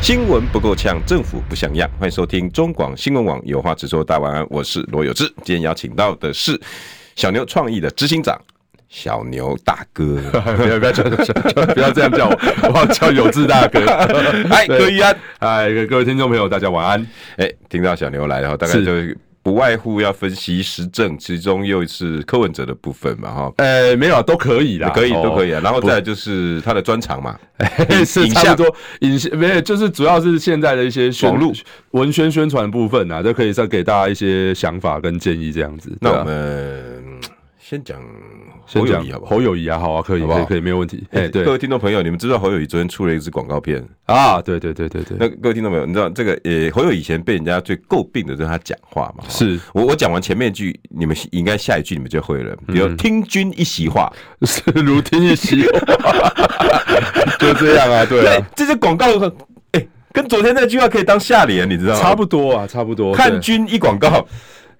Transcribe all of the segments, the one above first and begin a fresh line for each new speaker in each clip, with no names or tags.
新闻不够呛，政府不像样。欢迎收听中广新闻网有话直说，大晚安，我是罗有志。今天邀请到的是小牛创意的执行长小牛大哥，
不要不要叫不要这样叫我， 我要叫有志大哥。
哎，
对
柯一安。
嗨，各位听众朋友，大家晚安。
哎，听到小牛来了，大概
是
就不外乎要分析时政，其中又是柯文哲的部分嘛，哈。
呃，没有啊，都可以啦，
可以，
哦
都可以啊。然后再来就是他的专长嘛，
是
影
差
像
不 多，影像没有，就是主要是现在的一些宣
网络
文宣宣传部分啊，都可以再给大家一些想法跟建议这样子。
那
对啊
我们先讲
啊先
侯友
讲
谊好不好？
侯友谊啊，好啊，可以，
好不好
可以，可以，没有问题。哎，
各
对
位听众朋友，你们知不知道侯友谊昨天出了一支广告片？
啊，对对对对对，
那各位听众朋友，你知道这个呃，侯友宜以前被人家最诟病的就是他讲话嘛？哈
是
我我讲完前面一句，你们应该下一句你们就会了，
嗯
比如听君一席话，
是如听一 席话，就这样啊，对啊，，
这些广告，哎、跟昨天那句话可以当下联，你知道吗？
差不多啊，差不多。
看
对
君一广告，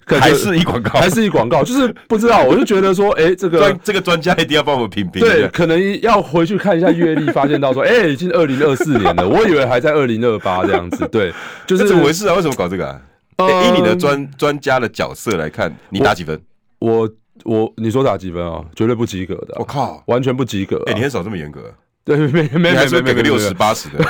可
还
就是
一广告，
还是一广告，就是不知道，我就觉得说，哎、这个
专这个专家一定要帮我们评评。
对，，可能要回去看一下阅历，发 现到说，哎、已经二零二四年了，我以为还在二零二八这样子， 对，就
这
是
怎么回事啊？为什么搞这个啊？
呃
哎以你的专专家的角色来看，你打几分？
我我你说打几分啊？绝对不及格的啊、
我靠！
完全不及格、啊。
哎、你很少这么严格，
对，没没没
你还
没
说
没
给个六十，八十的，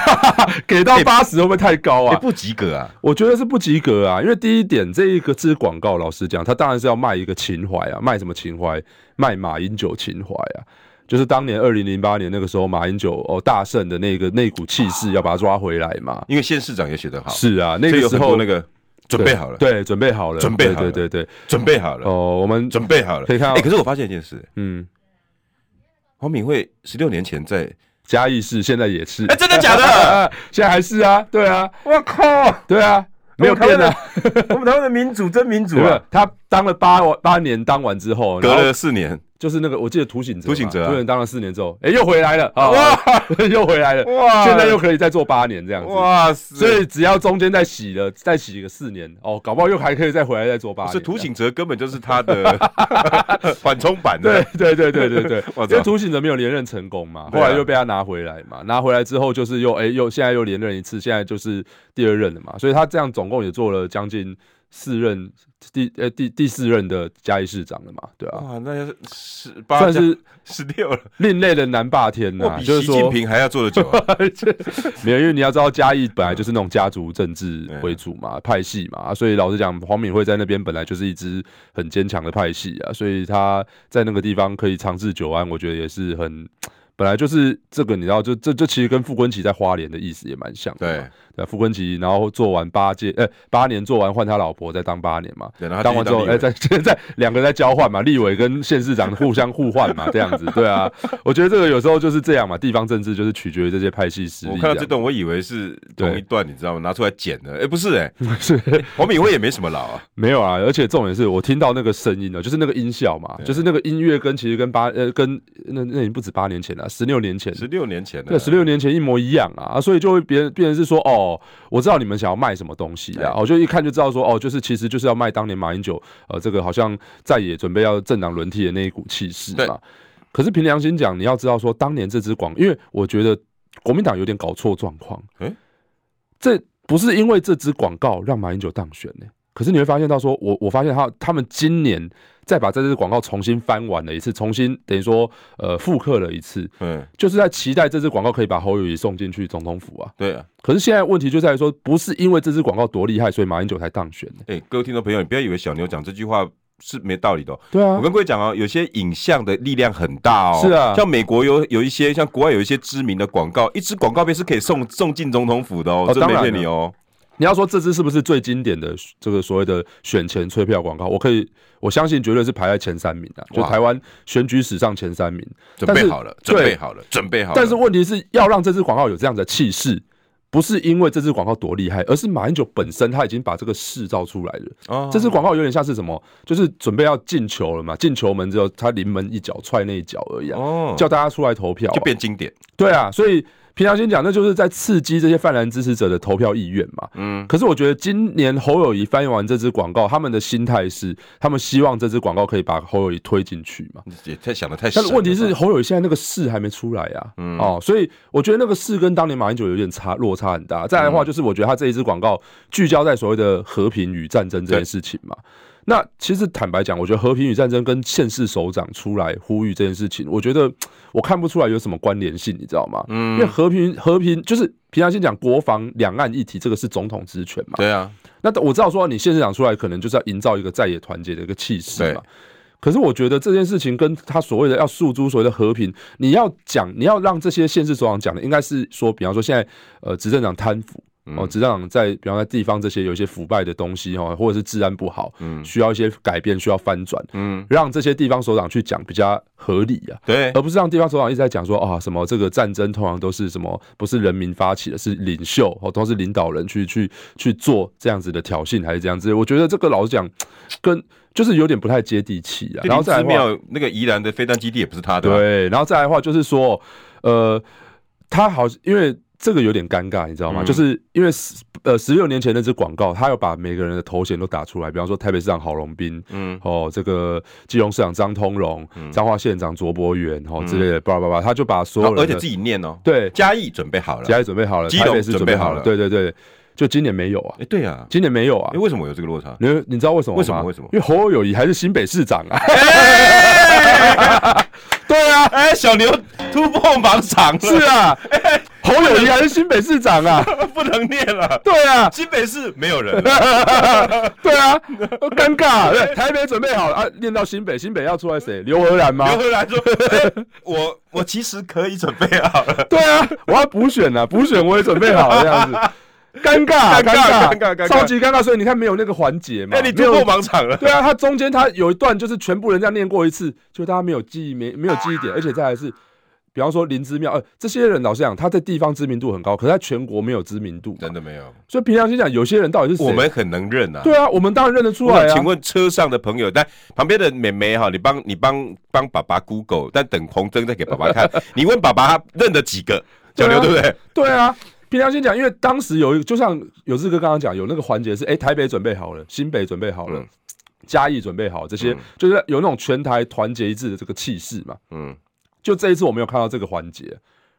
给到八十会不会太高
哎、
啊？
不及格啊！
我觉得是不及格啊，因为第一点，这一个这支广告，老实讲，它当然是要卖一个情怀啊，卖什么情怀？卖马英九情怀啊，就是当年二零零八年那个时候，马英九哦大胜的那个那股气势，要把它抓回来嘛。
因为县市长也写得好，
是啊，那
所以
个
有
时
很多
候
那个准备好了，，
对，准备好了，
准备好了
对对对对。
准备好了，
哦，我们
准备好了。
可以看到啊
哎，可是我发现一件事，
嗯，
黄敏惠十六年前在，
嘉义市现在也是
哎，，真的假 的？哎
啊 现在还是啊，对啊，
我靠！
对啊，没有变啊，
我们台湾的 民主真民主
对
啊
吧！！他当了八八年，当完之后，
隔
然后
了四年，
就是那个，我记得涂醒哲嘛，
涂醒哲啊
涂醒当了四年之后，哎，又回来了，哇， 又回来了，
哇
现在又可以再做八年这样子。
哇塞！
所以只要中间再洗了，再洗个四年哦，搞不好又还可以再回来再做八年。
是涂醒哲根本就是他 的缓冲版
对
的，
对对对对对
我，
因
操
为涂醒哲没有连任成功嘛，后
对啊
来又被他拿回来嘛，拿回来之后就是又哎、又现在又连任一次，现在就是第二任了嘛，所以他这样总共也做了将近四任第呃、第第四任的嘉义市长了嘛，对啊，
哇，那要是十八
算是
十六了，
另类的南霸天呐、
我比
就
习
是
近
说。
平还要做的久 啊。
没有，因为你要知道嘉义本来就是那种家族政治为主嘛，派系嘛，啊所以老实讲，黄敏惠在那边本来就是一支很坚强的派系啊，所以他在那个地方可以长治久安，我觉得也是很。本来就是这个，你知道，就这这其实跟傅昆奇在花莲的意思也蛮像的嘛。
对，
对，傅昆奇，然后做完八届，呃，八年做完换他老婆，再当八年嘛。
对然后他
当完之后，
继续
哎、
当立委
在 现在两个在交换嘛，立委跟县市长互相互换嘛，这样子，对啊。我觉得这个有时候就是这样嘛，地方政治就是取决于这些派系实
我
力。啊
看到这段，我以为是同一
对
段，你知道吗？拿出来剪的，哎，不是哎，
段 是
黄敏惠也没什么老 啊。
没有啊，而且重点是我听到那个声音了，哦就是那个音效嘛，就是那个音乐跟其实跟八呃跟那那已经不止八年前了，十六年前，
十六年前的，
对，十六年前一模一样啊，啊所以就会别人别人是说哦，我知道你们想要卖什么东西啊，我、就一看就知道说哦，就是其实就是要卖当年马英九呃这个好像在野准备要政党轮替的那一股气势
对
嘛。可是凭良心讲，你要知道说当年这支广，因为我觉得国民党有点搞错状况，
诶
这不是因为这支广告让马英九当选呢、可是你会发现到说，我我发现他他们今年再把这支广告重新翻完了一次，重新等于说呃复刻了一次，
嗯，
就是在期待这支广告可以把侯友谊送进去总统府啊。
对啊。
可是现在问题就在于说，不是因为这支广告多厉害，所以马英九才当选的、
哎、各位听众朋友，你不要以为小牛讲这句话是没道理的、哦。
对
我
啊，
跟各位讲哦，有些影像的力量很大哦。
是啊
像美国有有一些，像国外有一些知名的广告，一支广告片是可以送送进总统府的哦，
哦
真没
当然
骗你哦。
你要说这支是不是最经典的这个所谓的选前催票广告？我可以，我相信绝对是排在前三名的、就
哇
台湾选举史上前三名。
准备
但是
好了，准备
对
好了，准备好了。
但是问题是要让这支广告有这样的气势，不是因为这支广告多厉害，而是马英九本身他已经把这个势造出来了。
哦
这支广告有点像是什么，就是准备要进球了嘛，进球门之后他临门一脚踹那一脚而已啊，
哦
叫大家出来投票啊、
嗯就变经典。
对啊，所以平常心讲，那就是在刺激这些泛蓝支持者的投票意愿嘛。嗯，可是我觉得今年侯友谊翻译完这支广告，他们的心态是，他们希望这支广告可以把侯友谊推进去嘛。
也太想的太深
但
了吧。
是
嗯
问题是，侯友宜现在那个势还没出来呀、哦，所以我觉得那个势跟当年马英九有点差，落差很大。再来的话，
嗯
就是我觉得他这一支广告聚焦在所谓的和平与战争这件事情嘛。那其实坦白讲，我觉得和平与战争跟县市首长出来呼吁这件事情，我觉得我看不出来有什么关联性，你知道吗？嗯，因为和平和平就是平常先讲国防、两岸议题，这个是总统职权嘛。
对啊，
那我知道说你县市长出来，可能就是要营造一个在野团结的一个气势嘛
对。
可是我觉得这件事情跟他所谓的要诉诸所谓的和平，你要讲，你要让这些县市首长讲的，应该是说，比方说现在呃执政党贪腐。哦，执政党在比方在地方这些有一些腐败的东西哦，或者是治安不好，需要一些改变，需要翻转，嗯，让这些地方首长去讲比较合理啊，
对
而不是让地方首长一直在讲说啊什么这个战争通常都是什么不是人民发起的，是领袖哦，都是领导人去去去做这样子的挑衅还是这样子。我觉得这个老实讲，跟就是有点不太接地气啊。然后再来
寺
的话，
庙那个宜兰的飞弹基地也不是他的啊，
对，然后再来的话就是说，呃，他好因为。这个有点尴尬，你知道
嗯
吗？就是因为十呃十六年前那支广告，他要把每个人的头衔都打出来，比方说台北市长郝龙斌，
嗯，
哦，这个基隆市长张通荣、彰化县长卓博元，哦之类的，叭叭叭，他就把所有
然
人
后
的，
而且自己念嗯哦，
对，
嘉义准备好了，
家里准备好了，
基
台
隆
北市
准
准
备
备
好
好
了
了，对对对，就今年没有啊，
哎，对啊，
今年没有啊
哎，，为什么有这个落差？
你你知道为什么吗？
为什么为什么
因为侯友谊还是新北市长啊， 对啊，
哎，小牛突破盲场了，
是 啊，侯友谊还是新北市 长啊，
不能念了。
对啊，
新北市没有人了，
对啊， 尴尬，对台北准备好了啊，念到新北，新北要出来谁？刘荷兰吗？
刘荷兰说：“ 哎我我其实可以准备好了。
对啊，我要补选啊，补选我也准备好了这 样子，尴尬，
尴尬
尴
尴尬尴尬
超级尴尬。所以你看，没有那个环节”嘛，
哎，你
没
突
有
破盲场了。
对啊，他中间他有一段就是全部人这样念过一次，就大家没有记忆，没没有记忆
啊
点，而且再来是，比方说林之妙，呃，这些人老实讲，他在地方知名度很高，可是在全国没有知名度嘛，
真的没有，
所以平常心讲，有些人到底是谁
我们很能认啊。
对啊，我们当然认得出
我
来
想请
啊。
问车上的朋友，但旁边的妹妹哈，你帮你帮帮爸爸 Google，但等红灯再给爸爸 看。你问爸爸他认得几个小
对啊
牛，对不对？
对啊，平常心讲，因为当时有一就像有志哥刚刚讲，有那个环节是，哎、台北准备好了，新北准备好了，
嗯
嘉义准备好，这些、就是有那种全台团结一致的这个气势嘛。
嗯，
就这一次我没有看到这个环节，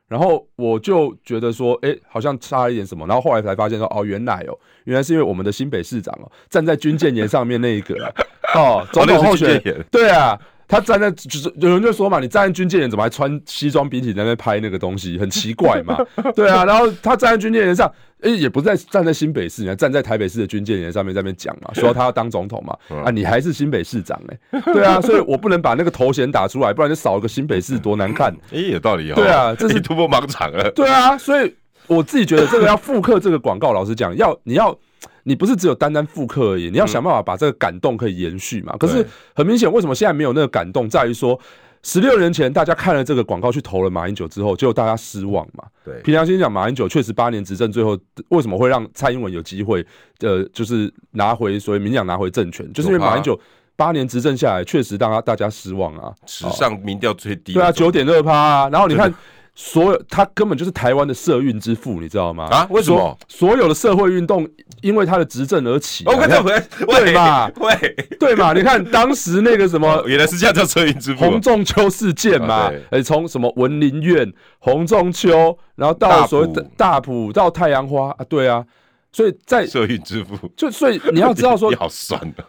然后我就觉得说，哎、好像差了一点什么，然后后来才发现说，哦，原来哦，原来是因为我们的新北市长哦，站在军舰岩上面那一个 啊、哦，总统候选
哦那个是军舰
人
岩，
对啊。他站在就是有人就说嘛，你站在军舰岩怎么还穿西装笔挺在那边拍那个东西，很奇 怪嘛。对啊，然后他站在军舰岩上，诶、也不是在站在新北市，你还站在台北市的军舰岩上面在那边讲 嘛，说他要当总统嘛，
嗯
啊，你还是新北市长哎、对啊，所以我不能把那个头衔打出来，不然就少一个新北市多难看。
哎，有道理哦。
对啊这是
你突破盲场了。
对啊，所以我自己觉得这个要复刻这个广告，老实讲，要你要你不是只有单单复刻而已，你要想办法把这个感动可以延续嘛。可是很明显，为什么现在没有那个感动，在于说。十六年前，大家看了这个广告去投了马英九之后，结果大家失望嘛。
对
平常心讲，马英九确实八年执政，最后呃为什么会让蔡英文有机会，呃，就是拿回所谓民进党拿回政权，就是因为马英九八年执政下来，确实让大大家失望啊。
史上民调最低的
对啊，
总
九点二趴啊。然后你看，所有他根本就是台湾的社运之父，你知道吗？
啊为什么
所？所有的社会运动因为他的执政而起、啊。
哦，我
你看
看回
对嘛
喂，
对 嘛？你看当时那个什么
哦，原来 是这样叫车云之父
洪
啊，
仲秋事件
啊
嘛
对，
哎，从什么文林苑、洪仲秋，然后到所谓
大
的
埔
大埔到太阳花啊，对啊，所以在
社运之父。
就所以你要知道说
你，好酸啊！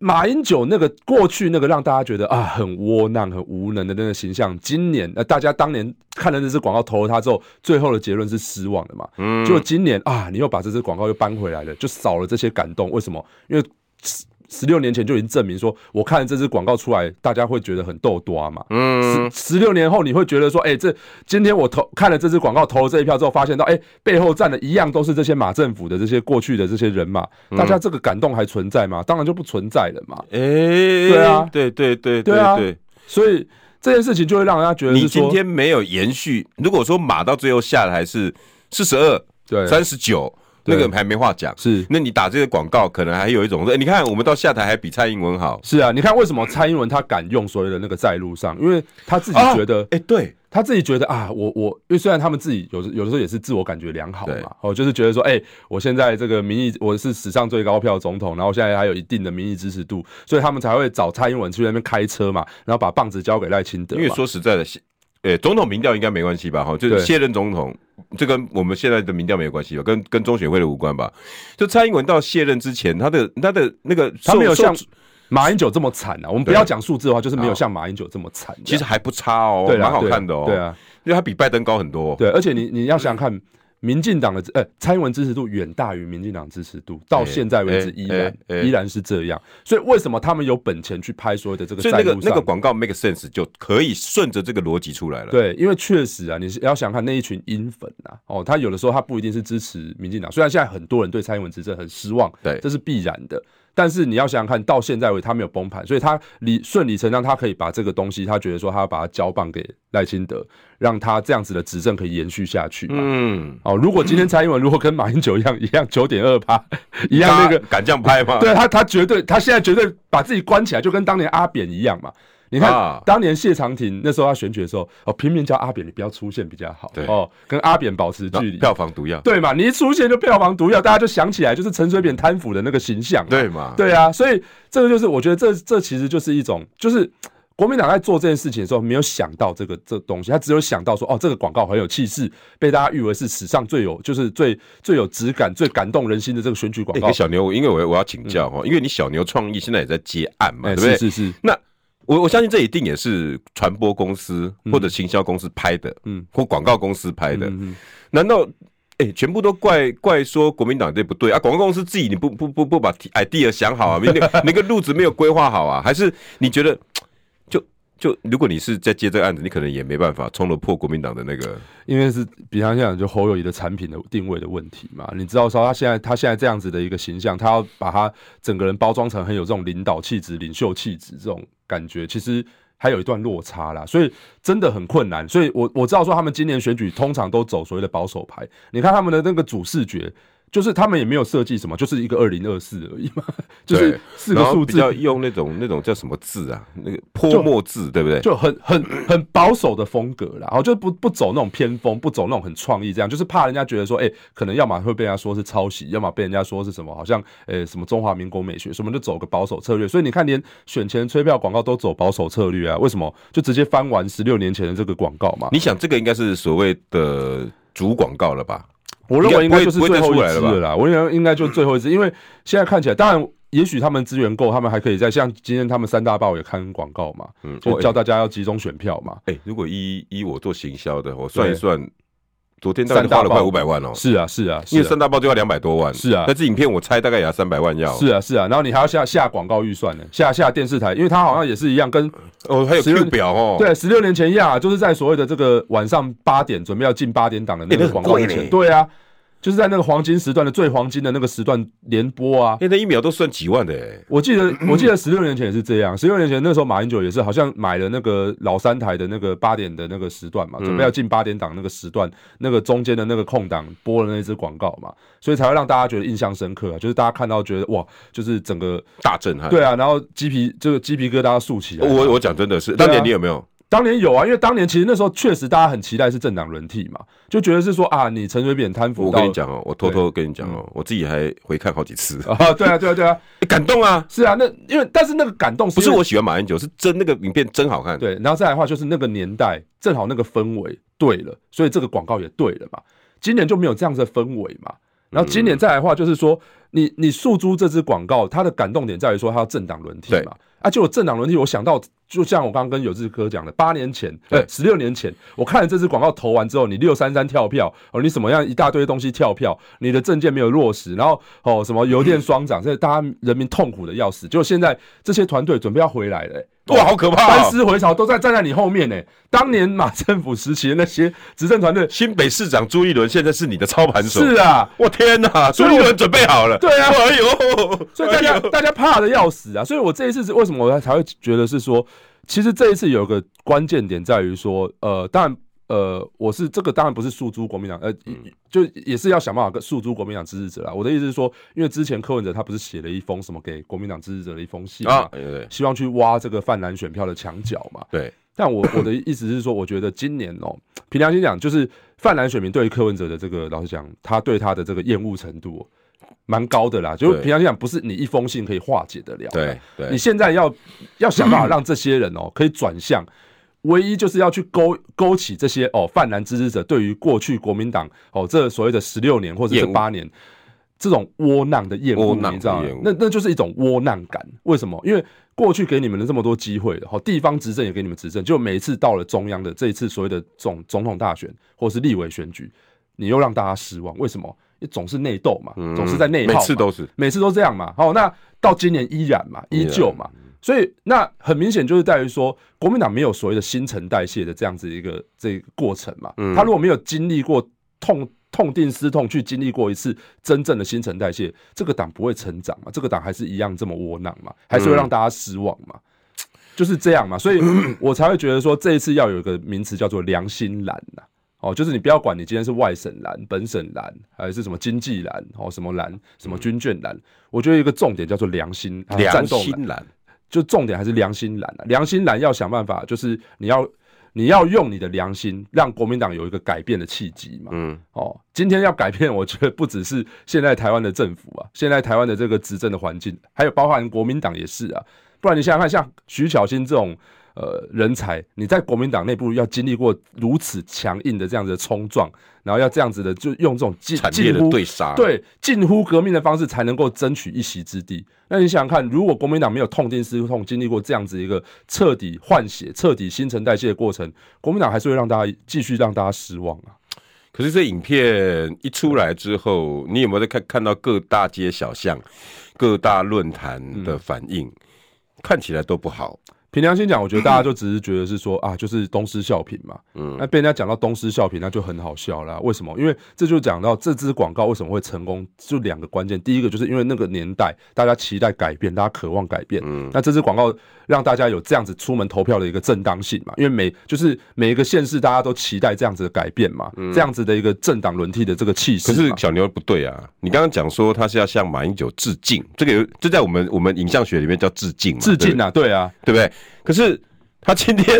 马英九那个过去那个让大家觉得啊很窝囊、很无能的那个形象，今年呃大家当年看了这支广告投了他之后，最后的结论是失望的嘛。嗯，就今年啊，你又把这支广告又搬回来了，就少了这些感动。为什么？因为十十六年前就已经证明说，我看了这支广告出来，大家会觉得很豆多嘛。嗯，十十六年后你会觉得说，哎、这今天我投看了这支广告投了这一票之后，发现到哎、背后站的一样都是这些马政府的这些过去的这些人嘛，
嗯
大家这个感动还存在吗？当然就不存在了嘛。
哎，
对啊
对对对
对啊
对，
所以这件事情就会让人家觉得
你
是
今
说，
天没有延续。如果说马到最后下来还是四十二，
对
三十九。那
对
个人还没话讲，
是
那你打这个广告，可能还有一种说，哎你看我们到下台还比蔡英文好，
是啊，你看为什么蔡英文他敢用所谓的那个在路上，因为他自己
哦
啊
觉得
哎、对，
他自己觉得啊，我我因为虽然他们自己有时有的时候也是自我感觉良好
对
嘛，哦，就是觉得说，哎、我现在这个民意我是史上最高票的总统，然后现在还有一定的民意支持度，所以他们才会找蔡英文去那边开车嘛，然后把棒子交给赖清德
因
嘛。
为说实在的，现呃，总统民调应该没关系吧？哈，就是
对
卸任总统，这跟我们现在的民调没有关系吧？跟跟中选会的无关吧？就蔡英文到卸任之前，他的他的那个
他没有
受
像
受
马英九这么惨啊，我们不
对
要讲数字的话，就是没有
好
像马英九这么惨。
其实还不差哦，
对啊
蛮好看的哦，
对啊，
因为他比拜登高很多、哦。
对，啊而且你你要想想看。民进党的支呃，蔡英文支持度远大于民进党支持度，到
哎
现在为止
哎
依然、
哎哎
依然是这样，所以为什么他们有本钱去拍所谓的这个
所以
在
那
路
个
上？
那个广告 make sense 就可以顺着这个逻辑出来了。，
对，因为确实啊，你是要想看那一群英粉啊，哦，他有的时候他不一定是支持民进党，虽然现在很多人对蔡英文执政很失望，
对
这是必然的。但是你要想想看，到现在为止他没有崩盘，所以他理顺理成章，他可以把这个东西，他觉得说他要把它交棒给赖清德，让他这样子的执政可以延续下去嘛。
嗯，
哦，如果今天蔡英文如果跟马英九一样一样九点二八一样那
他
个，
敢这样拍吗？
对他，他绝对，他现在绝对把自己关起来，就跟当年阿扁一样嘛。你看，
啊
当年谢长廷那时候他选举的时候，哦，平民叫阿扁，你不要出现比较好，
对
哦，跟阿扁保持
那
距离，
票房毒药，
对嘛？你一出现就票房毒药，大家就想起来就是陈水扁贪腐的那个形象，
对嘛？
对啊，所以这个就是我觉得这这其实就是一种，就是国民党在做这件事情的时候，没有想到这个这东西，他只有想到说，哦，这个广告很有气势，被大家誉为是史上最有就是最最有质感、最感动人心的这个选举广
哎，
告
给，小牛，因为我我要请教哈，因为你小牛创意现在也在接案嘛，
哎
对不对？
是是是，
那我我相信这一定也是传播公司或者行销公司拍的，
嗯
嗯，或广告公司拍的。
嗯嗯。
难道哎、全部都怪怪说国民党这不对啊？广告公司自己你不不不不把 idea 想好啊， 那个那个路子没有规划好啊？还是你觉得就就如果你是在接这个案子，你可能也没办法冲得破国民党的那个
因为是比方讲，就侯友谊的产品的定位的问题嘛，你知道说他现在他现在这样子的一个形象，他要把他整个人包装成很有这种领导气质、领袖气质这种感觉，其实还有一段落差啦，所以真的很困难。所以我我知道说他们今年选举通常都走所谓的保守牌，你看他们的那个主视觉。就是他们也没有设计什么，就是一个二零二四而已嘛，就是
对
四个
然后
数
比
字
较用那种那种叫什么字啊？那个泼墨字对不对？
就很很很保守的风格啦，然后就不不走那种偏锋，不走那种很创意，这样就是怕人家觉得说，哎、可能要么会被人家说是抄袭，要么被人家说是什么，好像呃、什么中华民国美学什么，就走个保守策略。所以你看，连选前催票广告都走保守策略啊，为什么？就直接翻完十六年前的这个广告嘛。
你想这个应该是所谓的主广告了吧？
我认为应该就是最后
不会不会再出来
一支
了吧
了啦，我认为应该就最后一支，因为现在看起来，当然。也许他们资源够，他们还可以在像今天他们三大报也刊广告嘛，
嗯
就
我
叫大家要集中选票嘛。
哎、如果依依我做行销的，我算一算，昨天大概
三大
花了快
报
五百万哦、
是啊，是啊，是
因
啊
为三大包就要两百多万，
是啊
但是影片我猜大概也要三百万要，
是啊，是啊，然后你还要下下广告预算呢，下下电视台，因为它好像也是一样，跟
哦，还有
十六
Q 表哦，，
对十六年前一样、啊，就是在所谓的这个晚上八点准备要进八点档的那
欸那
个
很
广告
贵
之前，
嘞
对啊，就是在那个黄金时段的最黄金的那个时段连播啊。
现在一秒都算几万的、欸，
我记 得，我记得十六年前也是这样。十六年前那时候，马英九也是好像买了那个老三台的那个八点的那个时段嘛，
嗯
准备要进八点档那个时段，那个中间的那个空档播了那支广告嘛，所以才会让大家觉得印象深刻啊。就是大家看到觉得哇，就是整个
大震撼。
对啊，然后鸡皮这个鸡皮疙瘩竖起来。
哎我我讲真的是，
对啊
当年你有没有？
当年有啊，因为当年其实那时候确实大家很期待是政党轮替嘛，就觉得是说啊，你陈水扁贪腐
我
到
跟你讲哦、我偷偷跟你讲哦、
嗯
我自己还回看好几次，
啊，对啊，对啊，对啊，
欸感动啊！
是啊，那因为但是那个感动
不是
因为
我喜欢马英九，是真那个影片真好看。
对，然后再来的话就是那个年代正好那个氛围对了，所以这个广告也对了嘛。今年就没有这样子的氛围嘛。然后
嗯
今年再来的话就是说，你你诉诸这支广告，它的感动点在于说它要政党轮替
对
嘛。啊，就有政党轮替，我想到就像我刚刚跟有志哥讲的，八年前，呃
对，
十六年前，我看了这支广告投完之后，你六三三跳票，哦，你什么样一大堆东西跳票，你的证件没有落实，然后哦什么邮电双涨，这大家人民痛苦的要死。就现在这些团队准备要回来了、欸
哇，好可怕、
班
哦！
师回朝都在站在你后面呢、当年马政府时期的那些执政团队，
新北市长朱立伦现在是你的操盘手，
是啊，
我天哪，朱
以我
立伦准备好了，
对啊
哎呦，
所以大
哎
家
呦
大家怕的要死啊！所以我这一次是为什么我才会觉得是说，其实这一次有个关键点在于说，呃，当然呃，我是这个当然不是诉诸国民党，呃，
嗯
就也是要想办法跟诉诸国民党支持者啦。我的意思是说，因为之前柯文哲他不是写了一封什么给国民党支持者的一封信嘛
啊，，对对
希望去挖这个泛蓝选票的墙角嘛。
对，
但我我的意思是说，我觉得今年哦、凭良心讲，就是泛蓝选民对于柯文哲的这个，老实讲，他对他的这个厌恶程度哦蛮高的啦。就是
对
凭良心讲，不是你一封信可以化解得了的。
对对
你现在要要想办法让这些人哦、可以转向，唯一就是要去勾勾起这些哦泛蓝支持者对于过去国民党哦这所谓的十六年或者是
厌恶
八年。这种窝囊的厌恶
窝，囊
你知道吗
的厌恶？
那那就是一种窝囊感。为什么？因为过去给你们的这么多机会，好，地方执政也给你们执政，就每一次到了中央的这一次所谓的总总统大选或是立委选举，你又让大家失望。为什么？你总是内斗嘛，
嗯
总是在内耗
每
嘛，
次都是
每次都这样嘛。好，那到今年依然嘛，
依
依
然嗯
旧嘛。所以那很明显就是在于说，国民党没有所谓的新陈代谢的这样子一个这个过程嘛。
嗯
他如果没有经历过痛痛定思痛，去经历过一次真正的新陈代谢，这个党不会成长嘛，这个党还是一样这么窝囊嘛，还
嗯
是会让大家失望嘛。就是这样嘛， 所以我才会觉得说这一次要有一个名词叫做良心蓝呐、哦，就是你不要管你今天是外省蓝、本省蓝，还是什么经济蓝、哦什么蓝、什么军眷蓝，我觉得一个重点叫做良心、啊、
嗯良
战斗蓝
心蓝，
就重点还是良心蓝啊，良心蓝要想办法，就是你要你要用你的良心，让国民党有一个改变的契机嘛。
嗯，
哦，今天要改变，我觉得不只是现在台湾的政府啊， 现在台湾的这个执政的环境，还有包含国民党也是啊。不然你想想看，像徐巧芯这种呃人才，你在国民党内部要经历过如此强硬的这样子的冲撞，然后要这样子的就用这种近
惨烈
近
的
乎
对啊杀，，
对，近乎革命的方式才能够争取一席之地。那你想想看，如果国民党没有痛定思痛，经历过这样子一个彻底换血、彻底新陈代谢的过程，国民党还是会让大家继续让大家失望啊。
可是这影片一出来之后，你有没有在看看到各大街小巷、各大论坛的反应？看起来都不好，
凭良心讲，我觉得大家就只是觉得是说啊，就是东施效颦嘛。嗯，那被人家讲到东施效颦，那就很好笑啦。为什么？因为这就讲到这支广告为什么会成功，就两个关键。第一个就是因为那个年代大家期待改变，大家渴望改变。嗯，那这支广告让大家有这样子出门投票的一个正当性嘛，因为每就是每一个县市大家都期待这样子的改变嘛，这样子的一个政党轮替的这个气
嗯
势
可
嘛。
是小牛不对啊！你刚刚讲说他是要向马英九致敬，这个有这在我们我们影像学里面叫致敬嘛，
致敬
啊，
啊，对 啊，
对不对？可是他今天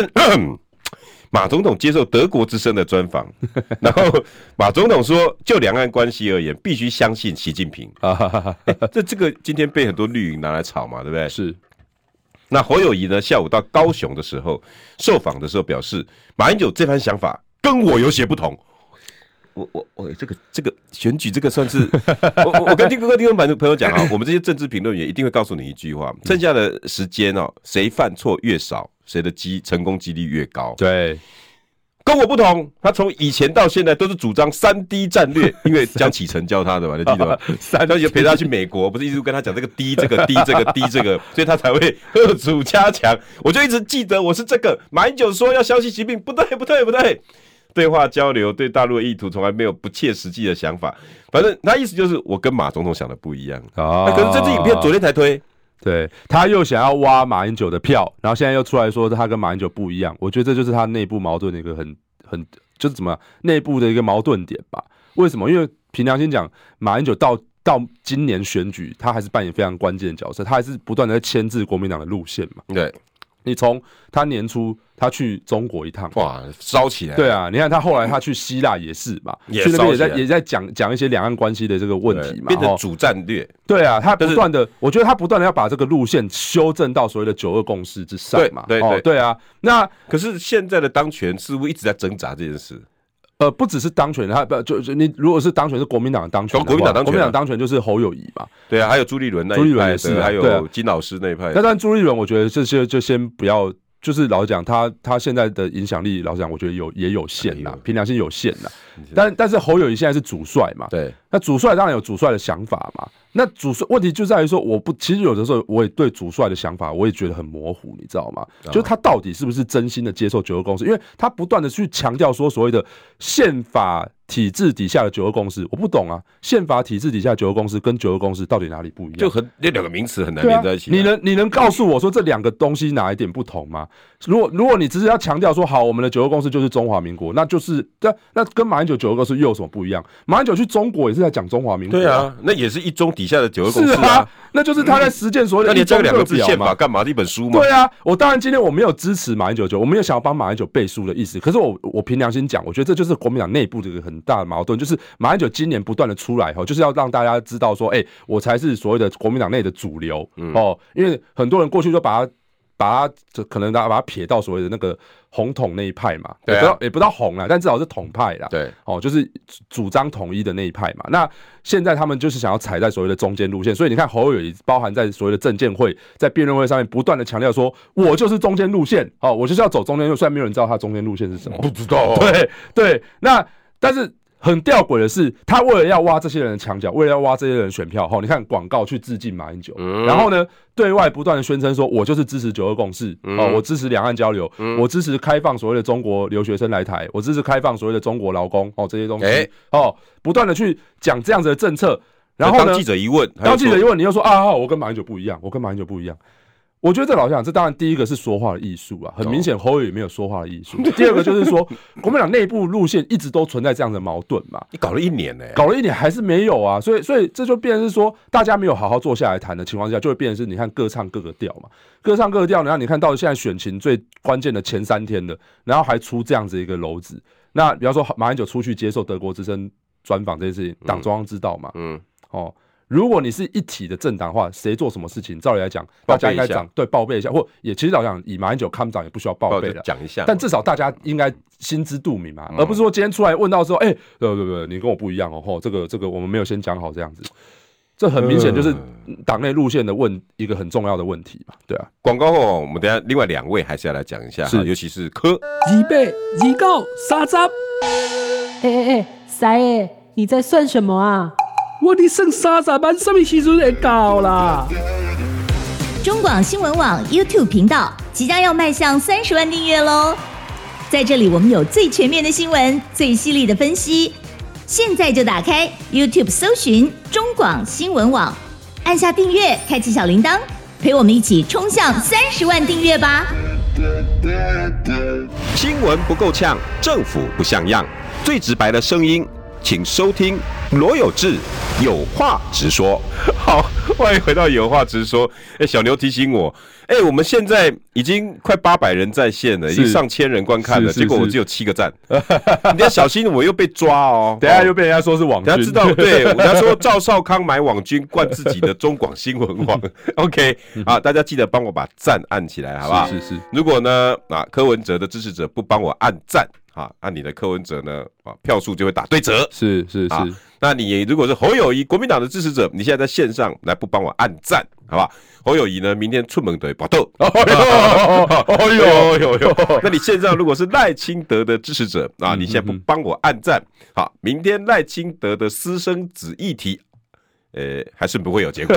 马总统接受德国之声的专访，然后马总统说，就两岸关系而言，必须相信习近平。
啊哈哈哈，
这这个今天被很多绿营拿来炒嘛，对不对？
是
那侯友谊呢，下午到高雄的时候受访的时候表示，马英九这番想法跟我有些不同。我我我，这个这个选举，这个算是我我我跟听各位听众朋朋友讲啊，我们这些政治评论员一定会告诉你一句话：剩下的时间哦，谁犯错越少，谁的机成功几率越高。
对，
跟我不同，他从以前到现在都是主张三 D 战 略，因为江启臣教他的嘛，你记得吗？ 三，他就陪他去美国，不是一直跟他讲这个 D 这个 D 这个 D 这个， 所以他才会贺主加强。我就一直记得我是这个马英九说要消息疾病，不对不对不对。对话交流对大陆的意图从来没有不切实际的想法，反正他意思就是我跟马总统想的不一样。
啊
那哎可是这支影片昨天才推，
对他又想要挖马英九的票，然后现在又出来说他跟马英九不一样，我觉得这就是他内部矛盾的一个很很就是怎么样啊内部的一个矛盾点吧？为什么？因为凭良心讲，马英九到到今年选举，他还是扮演非常关键的角色，他还是不断的在牵制国民党的路线嘛。
对，
你从他年初他去中国一趟，
哇，烧起来，
对啊，你看他后来他去希腊也是嘛，
也
去那边也
烧
在
起来
也在讲讲一些两岸关系的这个问
对
题嘛，
变成
吼
主战略。
对啊，他不
但是
断的，我觉得他不断的要把这个路线修正到所谓的九二共识之上嘛。
对对
哦
对、
对啊，那
可是现在的当权似乎一直在挣扎这件事。
呃，不只是当权，他不就就你如果是当权是国民党的当权的话，
国民党当权啊
国民党当权就是侯友谊嘛。
对啊，还有朱立伦那一派，
朱立伦也是啊
对还
对啊
有金老师那一派
那，但朱立伦，我觉得这些就先不要，就是老实讲他他现在的影响力，老实讲我觉得有也有限
哎
呐
呦，
凭良心有限呐。但但是侯友谊现在是主帅嘛，
对
那主帅当然有主帅的想法嘛。那主帅问题就在于说，我不，其实有的时候我也对主帅的想法，我也觉得很模糊，你知道吗？就是他到底是不是真心的接受九二共识？因为他不断的去强调说所谓的宪法体制底下的九二共识，我不懂啊。宪法体制底下九二共识跟九二共识到底哪里不一样？
就很那两个名词很难
对
连在一起、
啊。你能你能告诉我说这两个东西哪一点不同吗？如果如果你只是要强调说好，我们的九二共识就是中华民国，那就是那那跟马英九九二共识又有什么不一样？马英九去中国也是在讲中华民国、
对啊，那也是一中底下的九二共
是
识
啊，那就是他在实践所谓
那
的
你
一
这
中
两
各
个字
表
宪
啊嘛
法。干嘛？一本书嘛。
对啊，我当然今天我没有支持马英九九，我没有想要帮马英九背书的意思。可是我我凭良心讲，我觉得这就是国民党内部的一个很大的矛盾，就是马英九今年不断的出来哈，就是要让大家知道说，哎、我才是所谓的国民党内的主流、
嗯
哦，因为很多人过去都把他。把他这可能大家把他撇到所谓的那个红统那一派嘛，
对啊
也不到也不到红啦，但至少是统派啦。
对，
哦，就是主张统一的那一派嘛。那现在他们就是想要踩在所谓的中间路线，所以你看侯友宜包含在所谓的政见会、在辩论会上面不断的强调说，我就是中间路线，哦，我就是要走中间路，虽然没有人知道他中间路线是什么，
不知道、啊。
对对，那但是很吊诡的是，他为了要挖这些人的墙角，为了要挖这些人的选票，哈，你看广告去致敬马英九，
嗯
然后呢，对外不断的宣称说，我就是支持九二共识，
嗯
哦，我支持两岸交流，我支持开放所谓的中国留学生来台，我支持开放所谓的中国劳工，哦，这些东西，
哎
哦，不断的去讲这样子的政策，然后
那
呢
当，记者一问，他
当
就
记者一问，你又说啊，我跟马英九不一样，我跟马英九不一样。我觉得这老实讲，这当然第一个是说话的艺术啊，很明显侯友宜没有说话的 艺术。第二个就是说，国民党内部路线一直都存在这样的矛盾嘛，
你搞了一年呢、
搞了一点还是没有啊，所以所以这就变成是说，大家没有好好坐下来谈的情况下，就会变成是你看各唱各个调嘛，各唱各个调，然后你看到现在选情最关键的前三天了，然后还出这样子一个篓子。那比方说马英九出去接受德国之声专访这件事情，党中央知道嘛？
嗯，
哦，如果你是一体的政党的话，谁做什么事情，照理来讲，大家应
报备
该
一下
讲对报备一下，或也其实老实讲以马英九看长也不需要报备嗯
哦
了。
讲一下。
但至少大家应该心知肚明嘛，而不是说今天出来问到说，哎、对对对，你跟我不一样哦，吼，这个这个我们没有先讲好这样子，这很明显就是党内路线的问一个很重要的问题嘛，对啊，
广告后，我们等一下另外两位还是要来讲一下，
是
尤其是柯。
二百、二九、三十，
哎哎哎，塞哎，你在算什么啊？
我伫算三十万，什么时阵会到啦？
中广新闻网 YouTube 频道即将要迈向三十万订阅喽！在这里，我们有最全面的新闻，最犀利的分析。现在就打开 YouTube 搜寻中广新闻网，按下订阅，开启小铃铛，陪我们一起冲向三十万订阅吧！
新闻不够呛，政府不像样，最直白的声音，请收听罗有志有话直说。
好，欢迎回到有话直说。哎、小牛提醒我，哎、我们现在已经快八百人在线了，已
是
经上千人观看了，
是是
结果我
是
只有七个赞， 你要小心，我又被抓 哦。
等一下
哦
又被人家说 是网军，
等下知道，对，人家说赵少康买网军冠自己的中广新闻 网 ，OK 啊，大家记得帮我把赞按起来，好不好？
是是是
如果呢啊，柯文哲的支持者不帮我按赞啊，按你的柯文哲呢啊，票数就会打对折。
是是
啊
是，
那你如果是侯友谊国民党的支持者，你现在在线上来不帮我按赞，好不好？侯友谊呢，明天出门得搏 斗。
哦呦，哦呦，
呦哎呦呦！那你线上如果是赖清德的支持者啊，你现在不帮我按赞，好，明天赖清德的私生子议题。呃，还是不会有结果，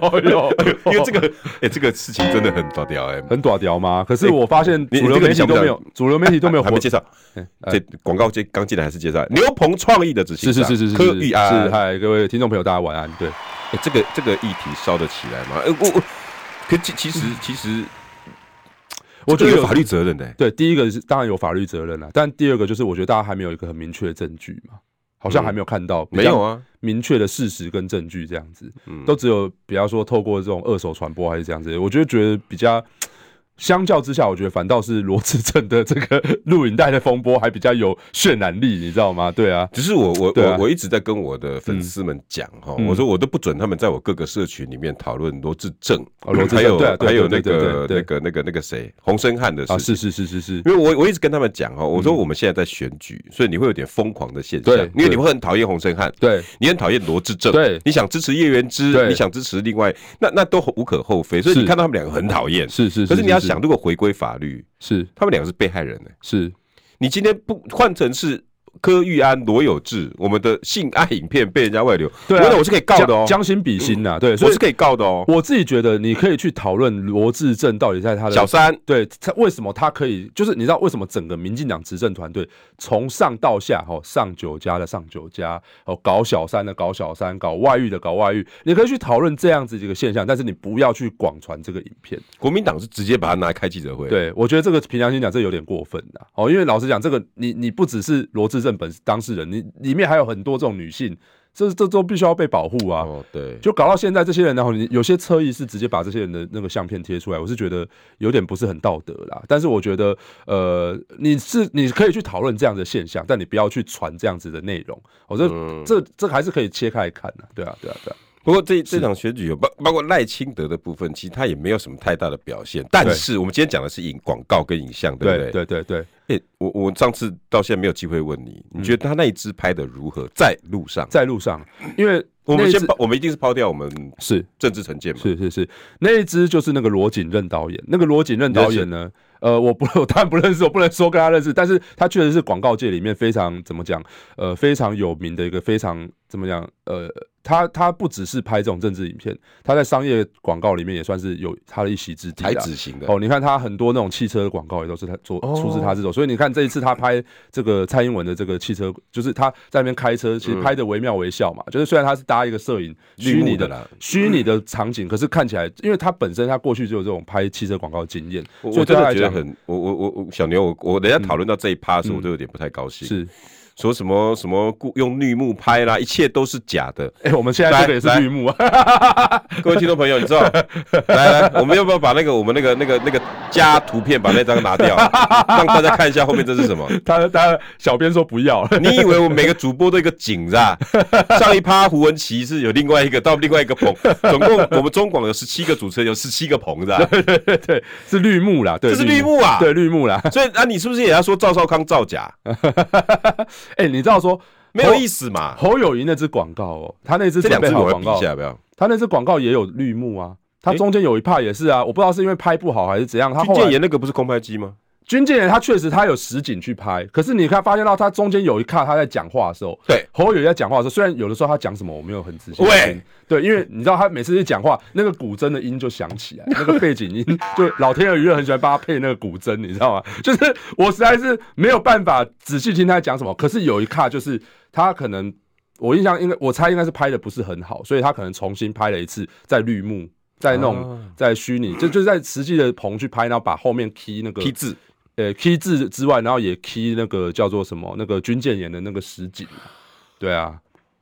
哦呦
因为这个，哎、这个事情真的很糟掉哎、
很短条吗？可是我发现
你
主流
你这个你
媒体
想
都
不想
没 有，主流媒体都没有
还
回
没介绍，
呃
这广告这刚进来还是介绍牛棚创意的执行
是是
长
是是是，
柯玉安
是，哎嗨，各位听众朋友，大家晚安。对，
欸、这个这个议题烧得起来吗？呃，我我，可其其实其实
嗯我觉得
这个有法律责任的、欸，
对，第一个是当然有法律责任了，但第二个就是我觉得大家还没有一个很明确的证据嘛，好像还嗯没有嗯看到、
没有啊，
明确的事实跟证据这样子，都只有比方说透过这种二手传播还是这样子，我觉得觉得比较。相较之下，我觉得反倒是罗志正的这个录影带的风波还比较有渲染力，你知道吗？对啊，
只是我我、
对啊
我我一直在跟我的粉丝们讲哈、
嗯
我说我都不准他们在我各个社群里面讨论罗志正，
哦罗志正
还有
对啊对啊
还有那
对对对
个
对对
那个那个那个谁洪生汉的事
啊，
情。
是是是是是，
因为我我一直跟他们讲哦，我说我们现在在选举，所以你会有点疯狂的现象
对，
因为你
对
会很讨厌洪胜汉，
对，
你很讨厌罗志正，
对
你想支持叶元之，
对
你想支持另外，那那都无可厚非，所以
是
你看到他们两个很讨厌，
是是是
可
啊
是你要
是
想，如果回归法律，
是
他们两个是被害人呢、
是
你今天不换成是柯玉安、罗有志，我们的性爱影片被人家外流，
对啊
我想我是可以告的哦
将，将心比心呐、对，所
我
以
是可以告的哦。
我自己觉得你可以去讨论罗志正到底在他的
小三，
对他为什么他可以，就是你知道为什么整个民进党执政团队从上到下，哦，上九家的上九家，哦，搞小三的搞小三，搞外遇的搞外遇，你可以去讨论这样子一个现象，但是你不要去广传这个影片。
国民党是直接把它拿来开记者会，，
对，我觉得这个凭良心讲，这有点过分了、哦，因为老实讲，这个你你不只是罗志正本当事人，你里面还有很多这种女性，这这都必须要被保护啊。
哦，对，
就搞到现在，这些人，然后你有些侧翼是直接把这些人的那个相片贴出来，我是觉得有点不是很道德啦。但是我觉得，呃，你是你可以去讨论这样的现象，但你不要去传这样子的内容。我、这
嗯
这这还是可以切开来看的、对啊，对啊，对啊，
不过这这场选举有包包括赖清德的部分，其实他也没有什么太大的表现。但是我们今天讲的是影广告跟影像，对不对？
对对对对，
对。我我上次到现在没有机会问你，你觉得他那一支拍的如何？在路上，
嗯在路上，因为
我
那
们
一
先
只
抛，我们一定是抛掉我们
是
政治成见嘛？
是是是，那一只就是那个罗景任导演，那个罗景任导演呢，呃，我不，我当然不认识，我不能说跟他认识，但是他确实是广告界里面非常怎么讲，呃，非常有名的一个非常怎么讲，呃，他他不只是拍这种政治影片，他在商业广告里面也算是有他的一席之地
才
啦
子型的。
哦，你看他很多那种汽车的广告也都是他做
哦
出自他之手，所以你看这一次他拍这个蔡英文的这个汽车，就是他在那边开车，其实拍的惟妙惟肖嘛。就是虽然他是搭一个摄影
绿
虚
幕
拟
嗯的
的
啦
虚拟的场景，可是看起来，因为他本身他过去就有这种拍汽车广告的经验，
我
所
我
以
真
对他
的
来
觉得
讲
很，我我我我小牛，我我人家讨论到这一趴的时候，我都有点不太高兴，
嗯是。
说什么什么故用绿幕拍啦，一切都是假的。
哎、我们现在这个也
来
是绿幕啊，
各位听众朋友，你知 道，来来，我们要不要把那个我们那个那个那个加图片把那张拿掉，啊 让大家看一下后面这是什么？
他他小编说不要，
你以为我们每个主播都有一个景是吧？上一趴胡文琪是有另外一个，到另外一个棚，总共我们中广有十七个主持人，有十七个棚是吧？
对，是绿幕啦，对，
这是绿幕啊
对，绿幕啦。
所以啊，你是不是也要说赵少康造假？
哎、你知道说
没有意思嘛？
侯友谊那支广告哦，他那支
这
准
两
备
只
哦好
我
的
要
广
比
告
一下，要不要？
他那支广告也有绿幕啊，他中间有一 part 也是啊，我不知道是因为拍不好还是怎样，他
军
后
舰
来
岩那个不是空拍机吗？
军舰人他确实他有实景去拍，可是你看发现到他中间有一 part 他在讲话的时候，
对，
侯友宜在讲话的时候，虽然有的时候他讲什么我没有很仔细
喂
听，对，因为你知道他每次一讲话，那个古筝的音就响起 来，那个背景音就老天鹅娱乐很喜欢帮他配那个古筝，你知道吗？ 就是我实在是没有办法仔细听他讲什么，可是有一卡就是他可能。我印象应该，我猜应该是拍的不是很好，所以他可能重新拍了一次，在绿幕，在那
啊
种、在虚拟，就就是在实际的棚去拍，然后把后面 key 那个
P 字
呃 key 字之外，然后也 key 那个叫做什么那个军舰演的那个实景，对啊，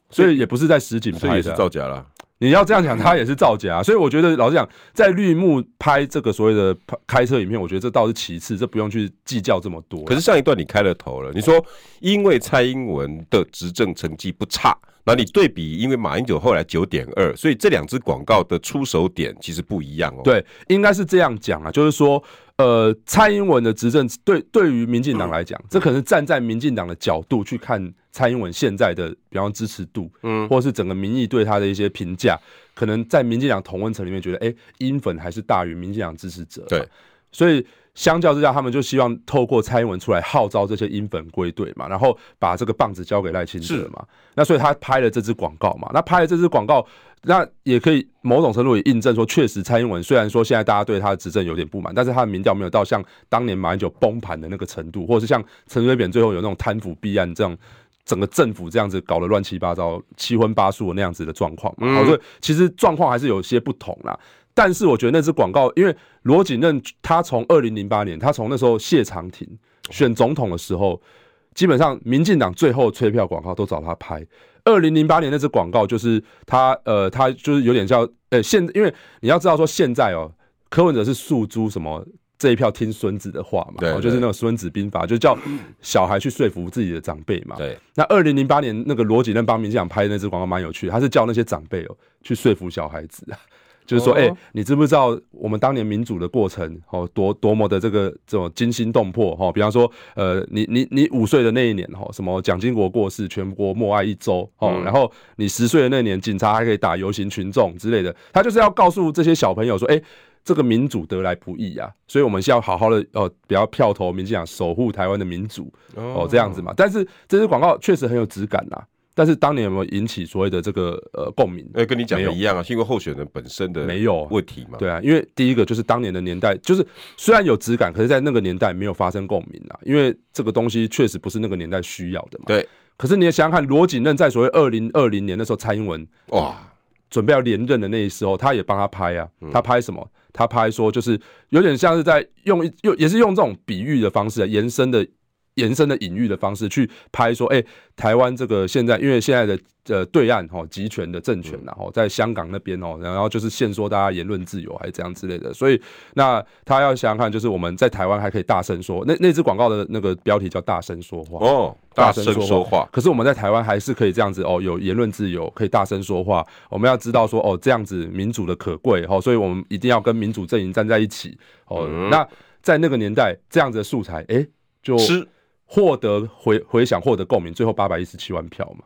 所以也不是在实景
所以
拍
也是
的啊、
造假啦。
你要这样讲，它也是造假啊、所以我觉得老实讲，在绿幕拍这个所谓的拍开车影片，我觉得这倒是其次，这不用去计较这么多啊。
可是上一段你开了头了，你说因为蔡英文的执政成绩不差，那你对比因为马英九后来九点二，所以这两支广告的出手点其实不一样哦。，
对，应该是这样讲啊，就是说，呃，蔡英文的执政对对于民进党来
嗯
讲，这可能是站在民进党的角度去看蔡英文现在的，比方说支持度，嗯，或是整个民意对他的一些评价，可能在民进党同温层里面觉得，哎、英粉还是大于民进党支持者，啊
对，
所以。相较之下，他们就希望透过蔡英文出来号召这些英粉归队嘛，然后把这个棒子交给赖清
是
德嘛。那所以他拍了这支广告嘛，那拍了这支广告，那也可以某种程度也印证说，确实蔡英文虽然说现在大家对他的执政有点不满，但是他的民调没有到像当年马英九崩盘的那个程度，或者是像陈水扁最后有那种贪腐弊案这样。整个政府这样子搞得乱七八糟、七荤八素的那样子的状况嘛，好，所以其实状况还是有些不同啦。但是我觉得那支广告，因为罗景任他从二零零八年，他从那时候谢长廷
哦
选总统的时候，基本上民进党最后催票广告都找他拍。二零零八年那支广告就是他，呃，他就是有点像，呃，现因为你要知道说现在哦，柯文哲是诉诸什么这一票听孙子的话嘛，
对
哦
对
就是那种孙子兵法，就叫小孩去说服自己的长辈嘛。
对，
那二零零八年那个罗景任帮民进党拍的那支广告蛮有趣的，他是叫那些长辈哦去说服小孩子啊。 就是说，
哦
哎、你知不知道我们当年民主的过程哦，多多么的这个这种惊心动魄哈、哦？比方说，呃，你你你五岁的那一年哈、哦，什么蒋经国过世，全国默哀一周哦，然后你十岁的那年，警察还可以打游行群众之类的，他就是要告诉这些小朋友说，哎、这个民主得来不易啊，所以我们是要好好的哦，不要票投民进党，守护台湾的民主哦，这样子嘛。但是这支广告确实很有质感呐、但是当年有没有引起所谓的这个呃共鸣？
哎，跟你讲
没
的
有
一样啊，是因为候选人本身的
没有
问题嘛？
对啊，因为第一个就是当年的年代，就是虽然有质感，可是在那个年代没有发生共鸣啊，因为这个东西确实不是那个年代需要的嘛。
对，
可是你也想想看，罗景任在所谓二零二零年的时候，蔡英文
哇，
准备要连任的那时候，他也帮他拍啊，他拍什么？他拍说就是有点像是在用一又也是用这种比喻的方式、啊、延伸的。延伸的隐喻的方式去拍说，哎、台湾这个现在，因为现在的呃对岸哈、哦、集权的政权然后、在香港那边哦，然后就是限缩大家言论自由还是怎样之类的，所以那他要想想看，就是我们在台湾还可以大声说，那那支广告的那个标题叫“大声说话”，
哦，大声说话，
可是我们在台湾还是可以这样子哦，有言论自由，可以大声说话。我们要知道说哦，这样子民主的可贵哦，所以我们一定要跟民主阵营站在一起哦。
嗯
那在那个年代，这样子的素材，哎、就
吃
获得回回响，获得共鸣，最后八百一十七万票嘛。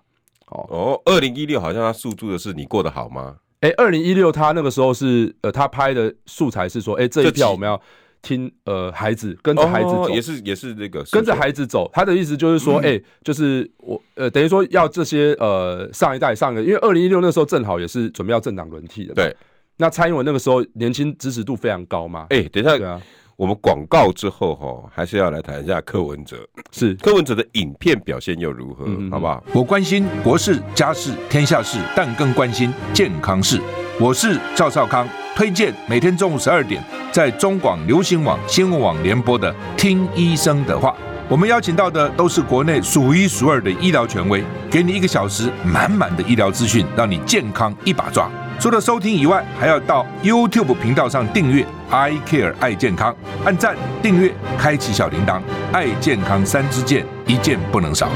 哦，二零一六好像他诉诸的是你过得好吗？
哎、2二零一六他那个时候是呃，他拍的素材是说，哎、这
这
一
集
票我们要听呃孩子跟着孩子走，
哦也是也是嗯那个
跟着孩子走，他的意思就是说，哎、就是我呃，等于说要这些呃上一代上一个，因为二零一六那时候正好也是准备要政党轮替的，。
对，
那蔡英文那个时候年轻支持度非常高嘛，
哎，等一下
对啊，
我们广告之后哈，还是要来谈一下柯文哲。
是
柯文哲的影片表现又如何？
嗯嗯嗯
好不好？
我关心国事、家事、天下事，但更关心健康事。我是赵少康，推荐每天中午十二点在中广流行网、新闻网联播的《听医生的话》。我们邀请到的都是国内数一数二的医疗权威，给你一个小时满满的医疗资讯，让你健康一把抓。除了收听以外，还要到 YouTube 频道上订阅 “I Care 爱健康”，按赞、订阅、开启小铃铛，爱健康三支箭，一件不能少。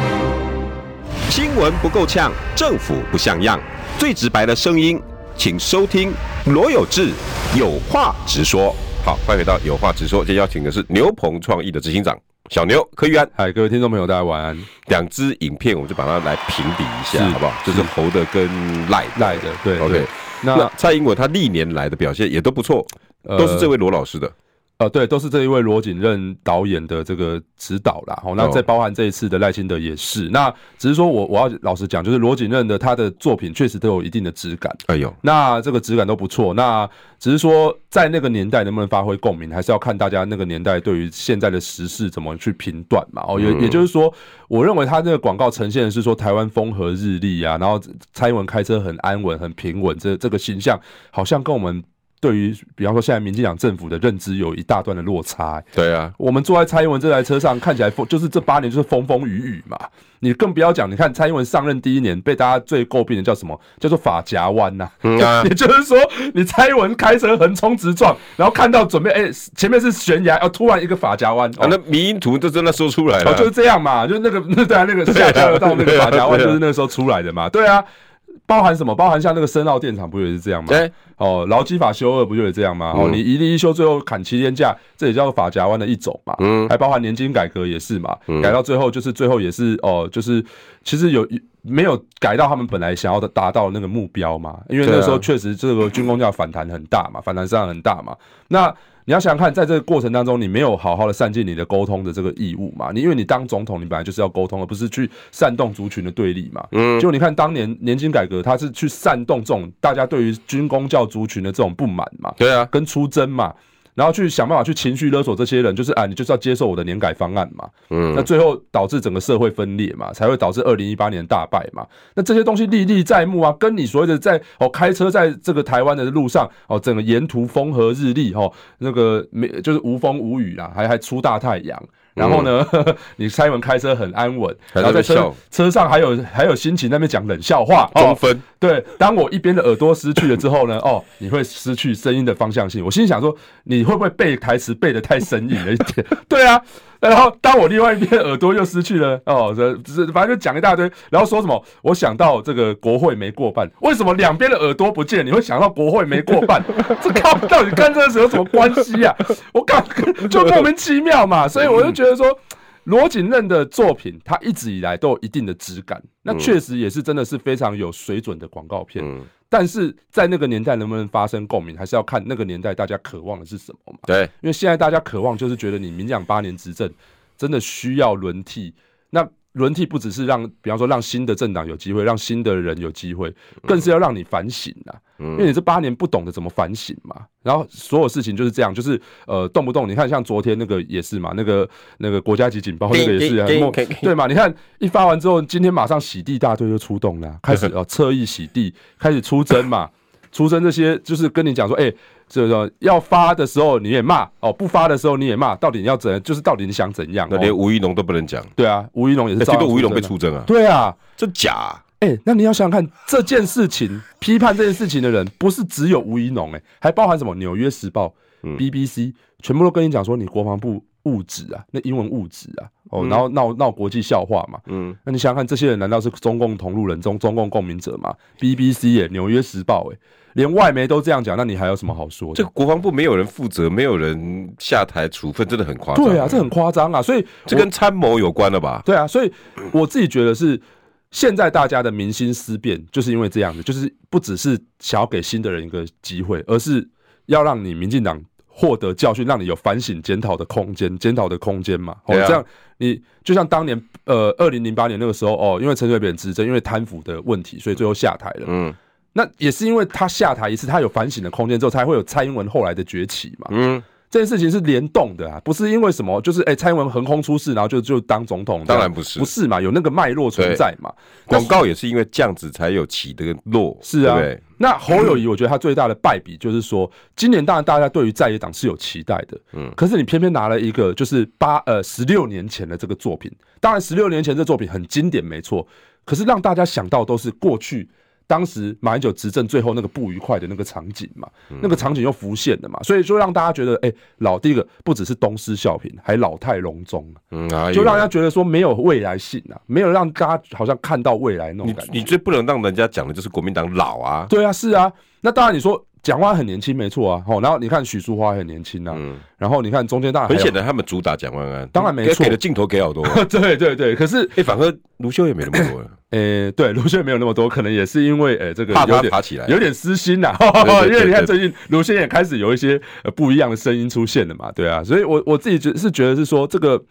新闻不够呛，政府不像样，最直白的声音，请收听罗有志有话直说。
好，欢迎回到有话直说。今天邀请的是牛棚创意的执行长小牛柯玉安。
嗨，各位听众朋友，大家晚安。
两支影片，我们就把它来评比一下，
是嗯
好不好？就是猴的跟赖
赖的对
OK
对。
那
那
蔡英文她历年来的表现也都不错，
呃
都是这位罗老师的。
呃，对，都是这一位罗景任导演的这个指导啦。好，那
哦
再包含这一次的赖清德也是。那只是说我我要老实讲，就是罗景任的他的作品确实都有一定的质感，
哎呦，
那这个质感都不错。那只是说，在那个年代能不能发挥共鸣，还是要看大家那个年代对于现在的时事怎么去评断嘛。哦，也也就是说，我认为他这个广告呈现的是说台湾风和日丽啊，然后蔡英文开车很安稳、很平稳，这这个形象好像跟我们。对于比方说现在民进党政府的认知有一大段的落差、欸
对啊，
我们坐在蔡英文这台车上，看起来风就是这八年就是风风雨雨嘛。你更不要讲，你看蔡英文上任第一年被大家最诟病的叫什么？叫做法夹弯呐。
啊
也就是说，你蔡英文开车横冲直撞，然后看到准备哎、前面是悬崖，哦，突然一个法夹弯，
啊
哦，
那迷因图就真的说出来了，
哦，就是这样嘛，就是那个 那对啊，那个下交流道那个法夹弯
对啊
就是那个时候出来的嘛，对啊，包含什么？包含像那个深澳电厂不也是这样吗？
对
哦，劳基法修二不就也这样吗？哦，
嗯
你一例一休，最后砍七天假，这也叫做法夹弯的一种嘛。
嗯
还包含年金改革也是嘛，改到最后就是最后也是哦、就是其实有没有改到他们本来想要的达到那个目标嘛？因为
对啊
那时候确实这个军工价反弹很大嘛，反弹上很大嘛。那你要想想看，在这个过程当中，你没有好好的善尽你的沟通的这个义务嘛？你因为你当总统，你本来就是要沟通，而不是去煽动族群的对立嘛。嗯，就你看当年年金改革，它是去煽动这种大家对于军工教族群的这种不满嘛。
对啊，
跟出征嘛，然后去想办法去情绪勒索这些人，就是啊，你就是要接受我的年改方案嘛。
嗯
那最后导致整个社会分裂嘛，才会导致二零一八年大败嘛。那这些东西历历在目啊，跟你所谓的在哦开车在这个台湾的路上哦，整个沿途风和日丽哦，那个没就是无风无雨啦，还还出大太阳。然后呢， 你蔡英文开车很安稳，
嗯还在
然
那
后在
边
车
笑
车上还有还有心情在那边讲冷笑话，哦
中分
对，当我一边的耳朵失去了之后呢，哦，你会失去声音的方向性。我心里想说，你会不会背台词背的太生硬了一点？对啊， 然后当我另外一边耳朵又失去了哦，这这反正就讲一大堆，然后说什么我想到这个国会没过半，为什么两边的耳朵不见？你会想到国会没过半？ 这靠，到底跟这个有什么关系啊？我靠，就莫名其妙嘛，所以我就觉得说。罗景任的作品，他一直以来都有一定的质感，那确实也是真的是非常有水准的广告片。
嗯
但是在那个年代能不能发生共鸣，还是要看那个年代大家渴望的是什么嘛。
对，
因为现在大家渴望就是觉得你民进党八年执政真的需要轮替，那轮替不只是让，比方说让新的政党有机会，让新的人有机会，更是要让你反省啊。因为你这八年不懂得怎么反省嘛，然后所有事情就是这样，就是呃，动不动你看像昨天那个也是嘛，那个那个国家级警报那个也是啊
给给
莫
给给
对嘛？你看一发完之后，今天马上洗地大队就出动了啊、 开始哦侧翼洗地，开始出征嘛，出征这些就是跟你讲说，哎、这个要发的时候你也骂哦，不发的时候你也骂，到底你要怎，就是到底你想怎样？
那
哦
连吴一农都不能讲，
对啊，吴一龙也是
哎
照
结
样
果吴一龙
征
被
啊
出征啊，
对啊，
真假啊？
哎、那你要想想看，这件事情批判这件事情的人，不是只有吴怡农，哎，还包含什么《纽约时报》BBC，全部都跟你讲说你国防部物质啊，那英文物质啊，哦，然后闹闹国际笑话嘛，
嗯
嗯，那你想想看，这些人难道是中共同路人、中中共共鸣者吗？BBC 耶，《纽约时报》哎，连外媒都这样讲，那你还有什么好说的？
这个国防部没有人负责，没有人下台处分，真的很夸张。
对啊，这很夸张啊，所以
这
我
跟参谋有关了吧？
对啊，所以我自己觉得是现在大家的民心思变，就是因为这样子，就是不只是想要给新的人一个机会，而是要让你民进党获得教训，让你有反省检讨的空间，检讨的空间嘛。哦，
对啊
这样你就像当年呃，二零零八年那个时候哦，因为陈水扁执政，因为贪腐的问题，所以最后下台了。
嗯
那也是因为他下台一次，他有反省的空间之后，才会有蔡英文后来的崛起嘛。
嗯，
这件事情是联动的啊，不是因为什么，就是哎、蔡英文横空出世，然后就就当总统，啊
当然不是
不是嘛，有那个脉络存在嘛。
广告也是因为这样子才有起的落，
是
对
啊，
不对
那侯友谊，我觉得他最大的败笔就是说，今年当然大家对于在野党是有期待的，嗯，可是你偏偏拿了一个就是八呃十六年前的这个作品，当然十六年前这作品很经典没错，可是让大家想到都是过去当时马英九执政最后那个不愉快的那个场景嘛，
嗯
那个场景又浮现了嘛，所以说让大家觉得，哎、老第一个不只是东施效颦，还老态龙钟啊，
嗯，哎呦
就让人家觉得说没有未来性啊，没有让大家好像看到未来那种
你
感觉。
你最不能让人家讲的就是国民党老啊，
对啊，是啊。那当然，你说蒋万安很年轻，没错啊。哦，然后你看许淑华也很年轻啊。然后你看中间啊当然还
嗯很
有
显，然他们主打蒋万安，
当然没错
给的镜头给好 多。
对对对。可是，
哎，反而卢修也没那么多了，
呃，对，卢轩没有那么多，可能也是因为，呃，这个
怕他
有点
爬起来
有点私心啊 呐、
对对
因为你看
对
最近卢轩也开始有一些呃不一样的声音出现了嘛，对啊。所以我我自己觉是觉得是说这个，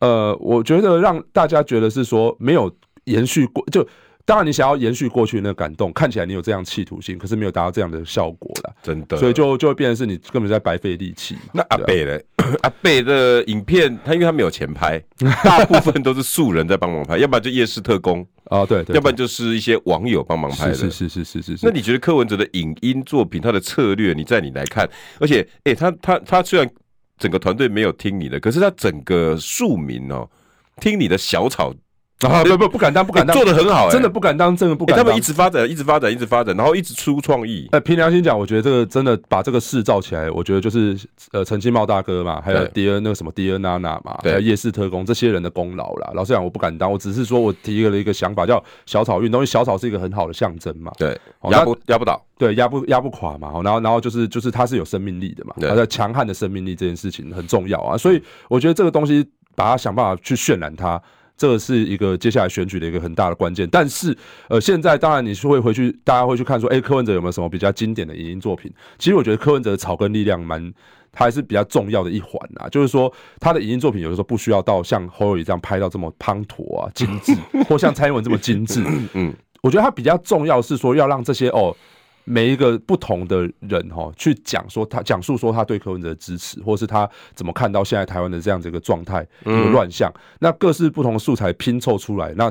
呃，我觉得让大家觉得是说没有延续过就。当然，你想要延续过去那个感动，看起来你有这样企图心，可是没有达到这样的效果啦。
真的。
所以就就会变成是你根本在白费力气嘛。
那阿
对啊
贝呢？ 阿贝的影片，他因为他没有钱 拍，大部分都是素人在帮忙拍，要不然就夜市特工，
啊，对对，
要不然就是一些网友帮忙拍
是
的。
是是是是是是，
那你觉得柯文哲的影音作品，他的策略，你在你来看，而且，哎、他他他虽然整个团队没有听你的，可是他整个庶民哦，听你的小草
啊不不不敢当不
不
敢当，
做的很好、诶
真的不敢当，真的不
诶
敢
他
当。
们一直发展，一直发展，一直发展，然后一直出创意。
呃，凭良心讲，我觉得这个真的把这个事造起来，我觉得就是呃陈金茂大哥嘛，还有
对
迪恩那个什么迪恩娜娜嘛，还
对
有夜市特工这些人的功劳啦。老实讲，我不敢当，我只是说我提了一个想法，叫小草运动，因为小草是一个很好的象征嘛。
对，
哦
压
那
不压不倒，
对，压不压不垮嘛，然后然后就是就是它是有生命力的嘛，
对
它的强悍的生命力这件事情很重要啊，所以我觉得这个东西把它想办法去渲染它。这个是一个接下来选举的一个很大的关键，但是呃，现在当然你是会回去，大家会去看说，哎，柯文哲有没有什么比较经典的影音作品？其实我觉得柯文哲的草根力量蛮，他还是比较重要的一环啊。就是说，他的影音作品有的时候不需要到像侯友谊这样拍到这么滂沱啊、精致，或像蔡英文这么精致，我觉得它比较重要是说要让这些哦。每一个不同的人哈、哦，去讲说他讲述说他对柯文哲的支持，或是他怎么看到现在台湾的这样子一个状态、
嗯
一个乱象，那各式不同的素材拼凑出来，那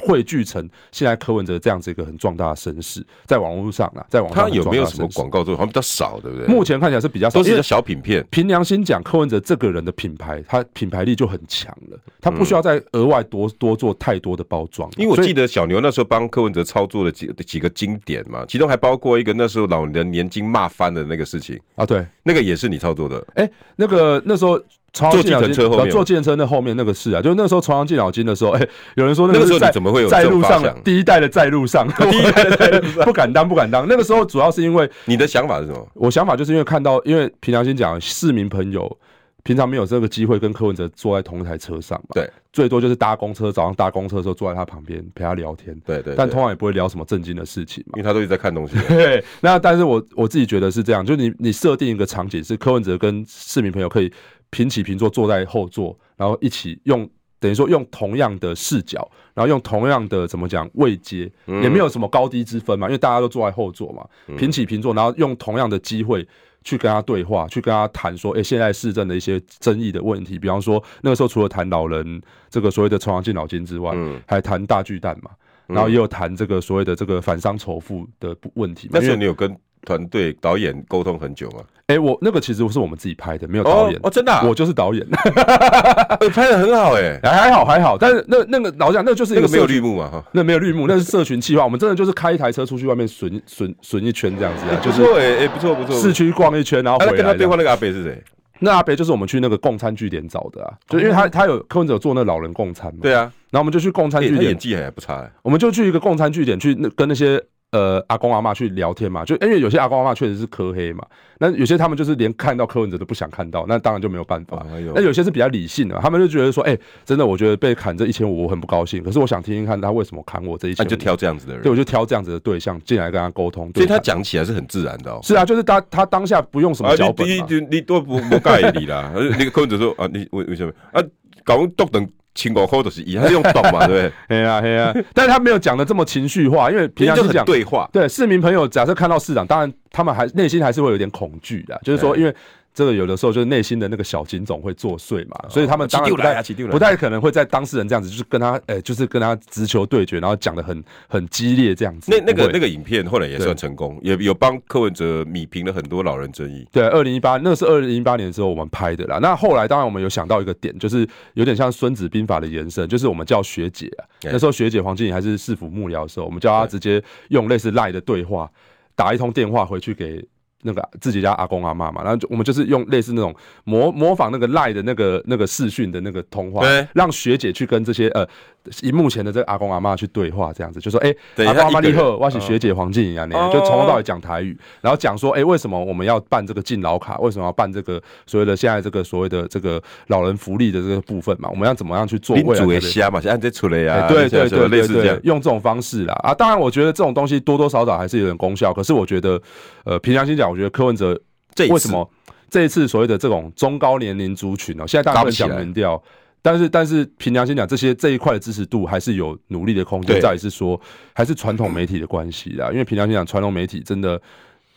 汇聚成现在柯文哲这样子一个很壮大的声势，在网络上啊，在网
他
上
有没有
很
什么
壮大的声势
广告做？好像比较少，对不对？
目前看起来是比较少，
都是一
因为
些小品片。
凭良心讲，柯文哲这个人的品牌，他品牌力就很强了，他不需要再额外多多做太多的包装，
因为我
啊所以
记得小牛那时候帮柯文哲操作了几几个经典嘛，其中还包括一个那时候老人年金骂翻的那个事情。
啊，对
那个也是你操作的，
哎、那个那时候朝阳
坐
敬老
计程车
金
后面
呃坐计程车那后面那个是啊，就是那时候朝阳敬老金的时候，哎、有人说
那
个
个时候
是在
你怎么会有
在
这种
路
发
上的
想
第一代的在 路上，第一代的在路上不敢当不敢当。那个时候主要是因为
你的想法是什么？
我想法就是因为看到，因为平常心讲，市民朋友平常没有这个机会跟柯文哲坐在同一台车上嘛，
对，
最多就是搭公车，早上搭公车的时候坐在他旁边陪他聊天，
对对对
但通常也不会聊什么正经的事情嘛
因。为他都一直在看东西。
对，那但是我我自己觉得是这样，就你你设定一个场景是柯文哲跟市民朋友可以平起平坐坐在后座，然后一起用等于说用同样的视角，然后用同样的怎么讲位阶，也没有什么高低之分嘛，因为大家都坐在后座嘛，平起平坐，然后用同样的机会。去跟他对话，去跟他谈说，哎、现在市政的一些争议的问题，比方说那个时候除了谈老人这个所谓的重阳敬老金之外，还谈大巨蛋嘛，然后也有谈这个所谓的这个反商仇富的不问题嘛。
那时
因
候
为
你有跟团队导演沟通很久吗？
哎、我那个其实是我们自己拍的，没有导演。
哦，真的啊，
我就是导演，
哎拍的很好哎，
还还好还好，但是那那个老实讲，那就是一
那
个
个没有
社群
绿，幕嘛哈。
那没有绿幕，那是社群计划。我们真的就是开一台车出去外面巡巡巡一圈这样 子、啊，就
不
是
错哎，哎，不错不错。
市
是，
区逛一圈，然后
他
回来
跟他
这
对
样。
话那个阿北是谁？
那阿北就是我们去那个共餐据点找的啊，就因为他他有柯文哲有做那老人共餐嘛，
对啊，
然后我们就去共餐
哎
据
他
点
演技还不差哎。
我们就去一个共餐据点去那跟那些呃阿公阿妈去聊天嘛，就因为有些阿公阿妈确实是磕黑嘛，那有些他们就是连看到柯文哲都不想看到，那当然就没有办法
哎呦。
哦那有些是比较理性的，他们就觉得说，哎、真的，我觉得被砍这一千五我很不高兴，可是我想听听看他为什么砍我这一
那你
千五。
就挑这样子的人
对，，啊我就啊挑这样子的对象进来跟他沟通。
所以他
对谈
讲起来是很自然的哦。
是啊，就是他他当下不用什么脚本
啊
啊
你
嘛。
你你都不不介意你啦。 那个柯文哲说啊，你为为什么啊？搞动等千五块都是一，他是用懂 嘛，对
嘿啊嘿啊，但是他没有讲的这么情绪化，因为
不对？
平常
就是很
讲
对话，
对市民朋友，假设看到市长，当然他们还内心还是会有点恐惧的，就是说，因为这个有的时候就是内心的那个小警总会作祟嘛，所以他们当然不
起丢来啊
太
起丢来
不太可能会在当事人这样子，就是跟他呃、就是跟他直球对决，然后讲的很很激烈这样子。
那那个
不会
那个影片后来也算成功，也有帮柯文哲米平了很多老人争议。
对，二零一八那个是二零一八年之后我们拍的啦。那后来当然我们有想到一个点，就是有点像《孙子兵法》的延伸，就是我们叫学姐、啊，
对
那时候学姐黄静怡还是市府幕僚的时候，我们叫她直接用类似赖的对话打一通电话回去给。那个自己家阿公阿妈嘛，然后就我们就是用类似那种模模仿那个赖的那个那个视讯的那个通话
对，
让学姐去跟这些呃荧幕前的这个阿公阿妈去对话，这样子就说哎、
对
阿公阿
他
妈
一个
你
人嗯哦
好，我是学姐黄静怡啊，你就从头到尾讲台语，然后讲说，哎、为什么我们要办这个敬老卡？为什么要办这个所谓的现在这个所谓的这个老人福利的这个部分嘛？我们要怎么样去做
领
未来
主
的
也
这个？
瞎嘛，是按这出来呀，
啊哎，对
像
对
啊什么
对
类
对
似这样
对，。用这种方式啦啊！当然，我觉得这种东西多多少少还是有点功效。可是我觉得，呃，凭良心讲，我觉得柯文哲
这一次
为什么这一次所谓的这种中高年龄族群哦，现在当然不能讲
高不起来
民调，但是但是凭良心讲，这些这一块的支持度还是有努力的空间
对，
在于是说还是传统媒体的关系啦，因为凭良心讲，传统媒体真的。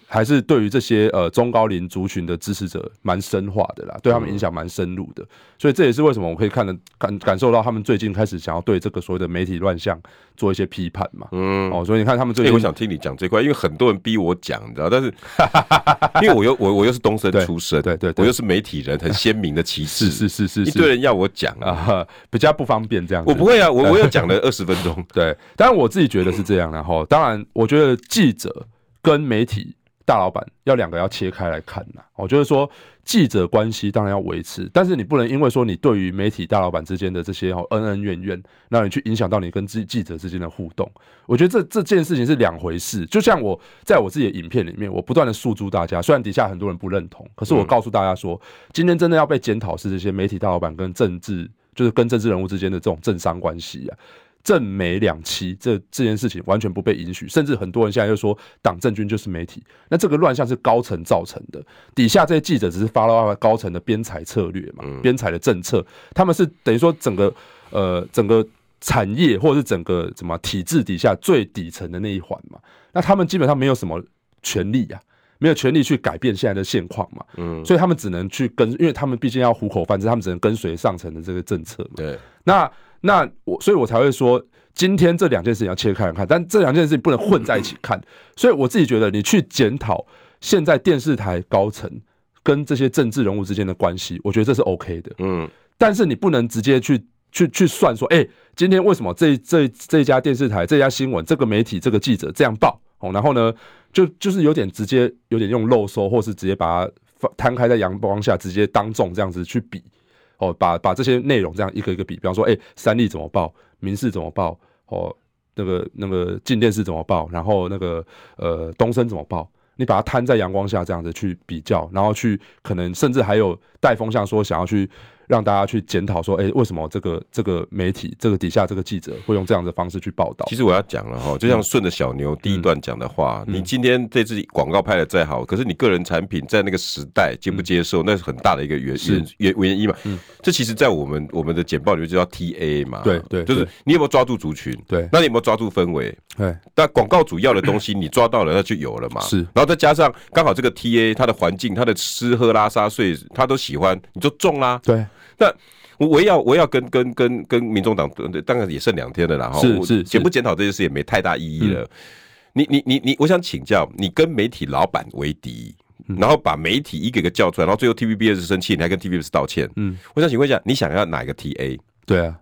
还是对于这些呃中高龄族群的支持者蛮深化的啦，对
嗯
他们影响蛮深入的，所以这也是为什么我可以看得感感受到他们最近开始想要对这个所谓的媒体乱象做一些批判嘛，嗯，哦，所以你看他们
哎、
最近、
我想听你讲这块，因为很多人逼我讲，你知道，但是 因为我又我我又是东森
对
出身，
对对对
我又是媒体人，很鲜明的旗帜，
是是是
一
是
堆人要我讲啊，
啊、 比较不方便这样子，
我不会啊，我我又 讲了二十分钟，
对，当然我自己觉得是这样，然后当然我觉得记者跟媒体大老板要两个要切开来看呐、我觉得说记者关系当然要维持，但是你不能因为说你对于媒体大老板之间的这些哦恩恩怨怨，让你去影响到你跟记记者之间的互动。我觉得这这件事情是两回事。就像我在我自己的影片里面，我不断的诉诸大家，虽然底下很多人不认同，可是我告诉大家说，今天真的要被检讨是这些媒体大老板跟政治，就是跟政治人物之间的这种政商关系啊。政媒两期这这件事情完全不被允许，甚至很多人现在就说党政军就是媒体，那这个乱象是高层造成的，底下这些记者只是发到高层的编采策略嘛，编采的政策，他们是等于说整个呃整个产业或者是整个怎么体制底下最底层的那一环嘛，那他们基本上没有什么权利呀、没有权利去改变现在的现况嘛，嗯，所以他们只能去跟，因为他们毕竟要糊口饭吃，他们只能跟随上层的这个政策嘛，
对，
那那我，所以我才会说，今天这两件事情要切开来看，但这两件事情不能混在一起看。所以我自己觉得，你去检讨现在电视台高层跟这些政治人物之间的关系，我觉得这是 OK 的。
嗯，
但是你不能直接去去去算说，哎、今天为什么这这这家电视台、这家新闻、这个媒体、这个记者这样报哦，然后呢，就就是有点直接有点用漏收，或是直接把它放摊开在阳光下，直接当众这样子去比，哦，把把这些内容这样一个一个比，比方说，哎、三立怎么报，民视怎么报，哦，那个那个进电视怎么报，然后那个呃东升怎么报。你把它摊在阳光下这样子去比较，然后去可能甚至还有带风向说想要去让大家去检讨说，哎、为什么这个这个媒体这个底下这个记者会用这样的方式去报道？
其实我要讲了
嗯
哈，就像顺着小牛第一段讲的话，你今天这支广告拍的再好，可是你个人产品在那个时代接不接受，那是很大的一个原原原原因嘛。
嗯
这其实，在我们我们的简报里面就叫 TA 嘛，
对对
就是
对
你有没有抓住族群？
对
那你有没有抓住氛围？
对
但广告主要的东西你抓到了，那就有了嘛。
是
然后再加上刚好这个 TA 它的环境、它的吃喝拉撒睡，他都喜欢，你就中啦。
对，
那我我也要我也要跟跟跟跟民众党，呃当然也剩两天了啦。哈
是
我
是是嗯
检不检讨这件事也没太大意义了。你你你你，我想请教，你跟媒体老板为敌，
嗯
然后把媒体一个一个叫出来，然后最后 TVBS 生气，你还跟 TVBS 道歉。嗯，我想请问一下，你想要哪一个 TA？
对啊，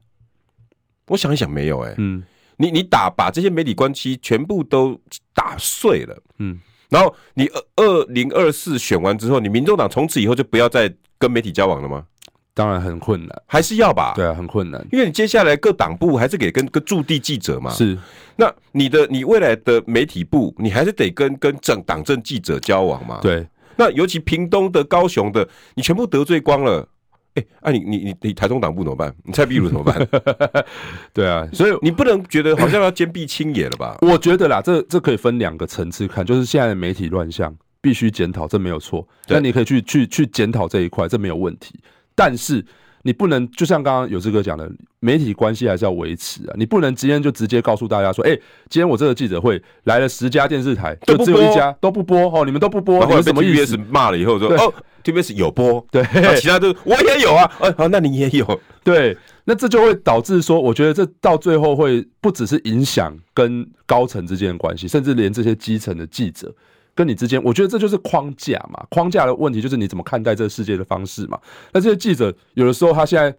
我想一想，没有哎、
嗯
你你打把这些媒体关系全部都打碎了，
嗯，
然后你二二零二四选完之后，你民众党从此以后就不要再跟媒体交往了吗？
当然很困难，
还是要吧？
对啊，很困难，
因为你接下来各党部还是给跟跟驻地记者嘛，。
是
那你的你未来的媒体部，你还是得跟跟政党政记者交往嘛。。
对。
那尤其屏东的、高雄的，你全部得罪光了。哎、啊你你你你台中党部怎么办？你蔡壁如怎么 办？
对啊，所以
你不能觉得好像要坚壁清野了吧？
我觉得啦，这这可以分两个层次看，就是现在的媒体乱象必须检讨，这没有错。
对
那你可以去去去检讨这一块，这没有问题。但是你不能就像刚刚有志哥讲的，媒体关系还是要维持啊，你不能今天就直接告诉大家说，哎、今天我这个记者会来了十家电视台，
都
就
不
只有一
播
家都不播哦，你们都不播，
然
你
后
们
被
什么意思
TBS？骂了以后说
对
哦，TBS 有播，
对
然后其他都我也有 啊，哦，好那你也有，
对，那这就会导致说，我觉得这到最后会不只是影响跟高层之间的关系，甚至连这些基层的记者跟你之间，我觉得这就是框架嘛。框架的问题就是你怎么看待这个世界的方式嘛。那这些记者有的时候他现在。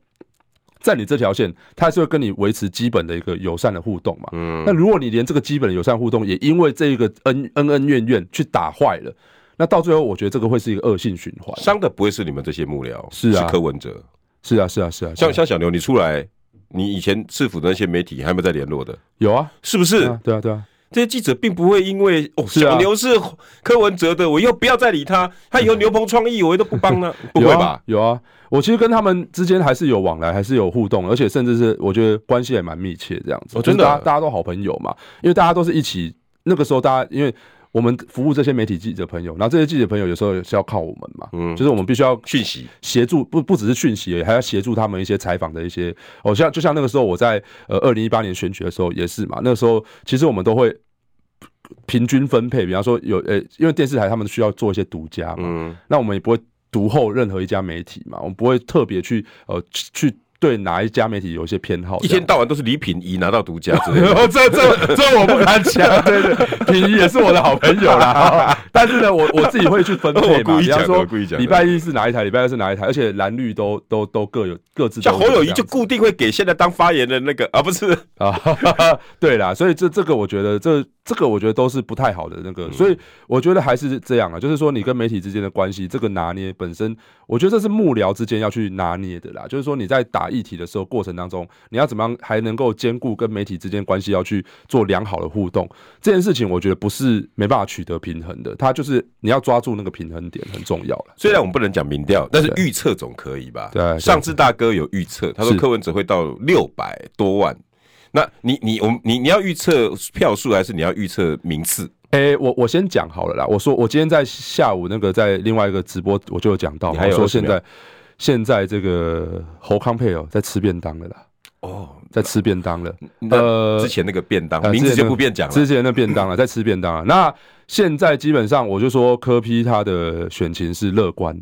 在你这条线，他还是会跟你维持基本的一个友善的互动嘛。嗯，那如果你连这个基本的友善互动也因为这个恩恩恩怨怨去打坏了，那到最后我觉得这个会是一个恶性循环。
伤的不会是你们这些幕僚，
是啊
是柯文哲，
是啊，是啊，是啊，是啊
像像小牛，你出来，你以前市府的那些媒体还有没有在联络的？
有啊，
是不
对
是
啊？，对啊，对啊。
这些记者并不会因为哦，
是啊
小牛是柯文哲的，我又不要再理他，他以后牛棚创意我也都不帮 了，不会
有啊
吧？
有啊，我其实跟他们之间还是有往来，还是有互动，而且甚至是我觉得关系也蛮密切这样子。
哦
就是
真的
大家大家都好朋友嘛，因为大家都是一起那个时候，大家因为我们服务这些媒体记者朋友，然后这些记者朋友有时候也是要靠我们嘛，
嗯
嗯，就是我们必须要
讯息
协助不不只是讯息而已，还要协助他们一些采访的一些哦，像就像那个时候我在呃二零一八年选举的时候也是嘛，那个时候其实我们都会平均分配，比方说有呃、因为电视台他们需要做一些独家嘛，
嗯
那我们也不会独后任何一家媒体嘛，我们不会特别去呃去去对哪一家媒体有一些偏好
一
这
天
样子。
到晚都是李品仪拿到独家之类 的，
哦，这这这我不敢 讲，对对， 平一也是我的好朋友啦。哦但是呢，我我自己会去分配
啊 我
嘛，
故意
比
讲
方
的
说
我故意讲的
礼拜一是哪一台，礼拜二是哪一台，而且蓝绿都都都各有各自都
像
有
侯
这样子。
友谊就固定会给现在当发言的那个啊，不 是
啊，哈哈哈 对啦，所以这这个我觉得这这个我觉得都是不太好的那个，所以我觉得还是这样啊，就是说你跟媒体之间的关系，这个拿捏本身，我觉得这是幕僚之间要去拿捏的啦，就是说你在打议题的时候过程当中，你要怎么样还能够兼顾跟媒体之间关系要去做良好的互动，这件事情我觉得不是没办法取得平衡的，它就是你要抓住那个平衡点很重要了。
虽然我们不能讲民调，但是
对
预测总可以吧？
对啊对
上次大哥有预测，他说
是
柯文哲会到六百多万。那你你我们你你要预测票数，还是你要预测名次？
诶、我我先讲好了啦。我说我今天在下午那个在另外一个直播，我就有讲到，
你
我
还有
说
20
现
秒
在现在这个侯康佩哦在吃便当了啦，
哦，
在吃便当了。
嗯那之前那个便当
呃
名字
之前
就
那
不便讲了
之。前的便当了，在吃便当了。那现在基本上我就说柯批他的选情是乐观，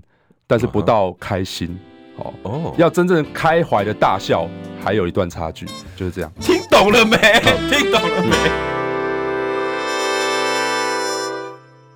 但
嗯
是不到开心。哦，
哦，
要真正开怀的大笑，还有一段差距，就是这样。
听懂了没？听懂了没？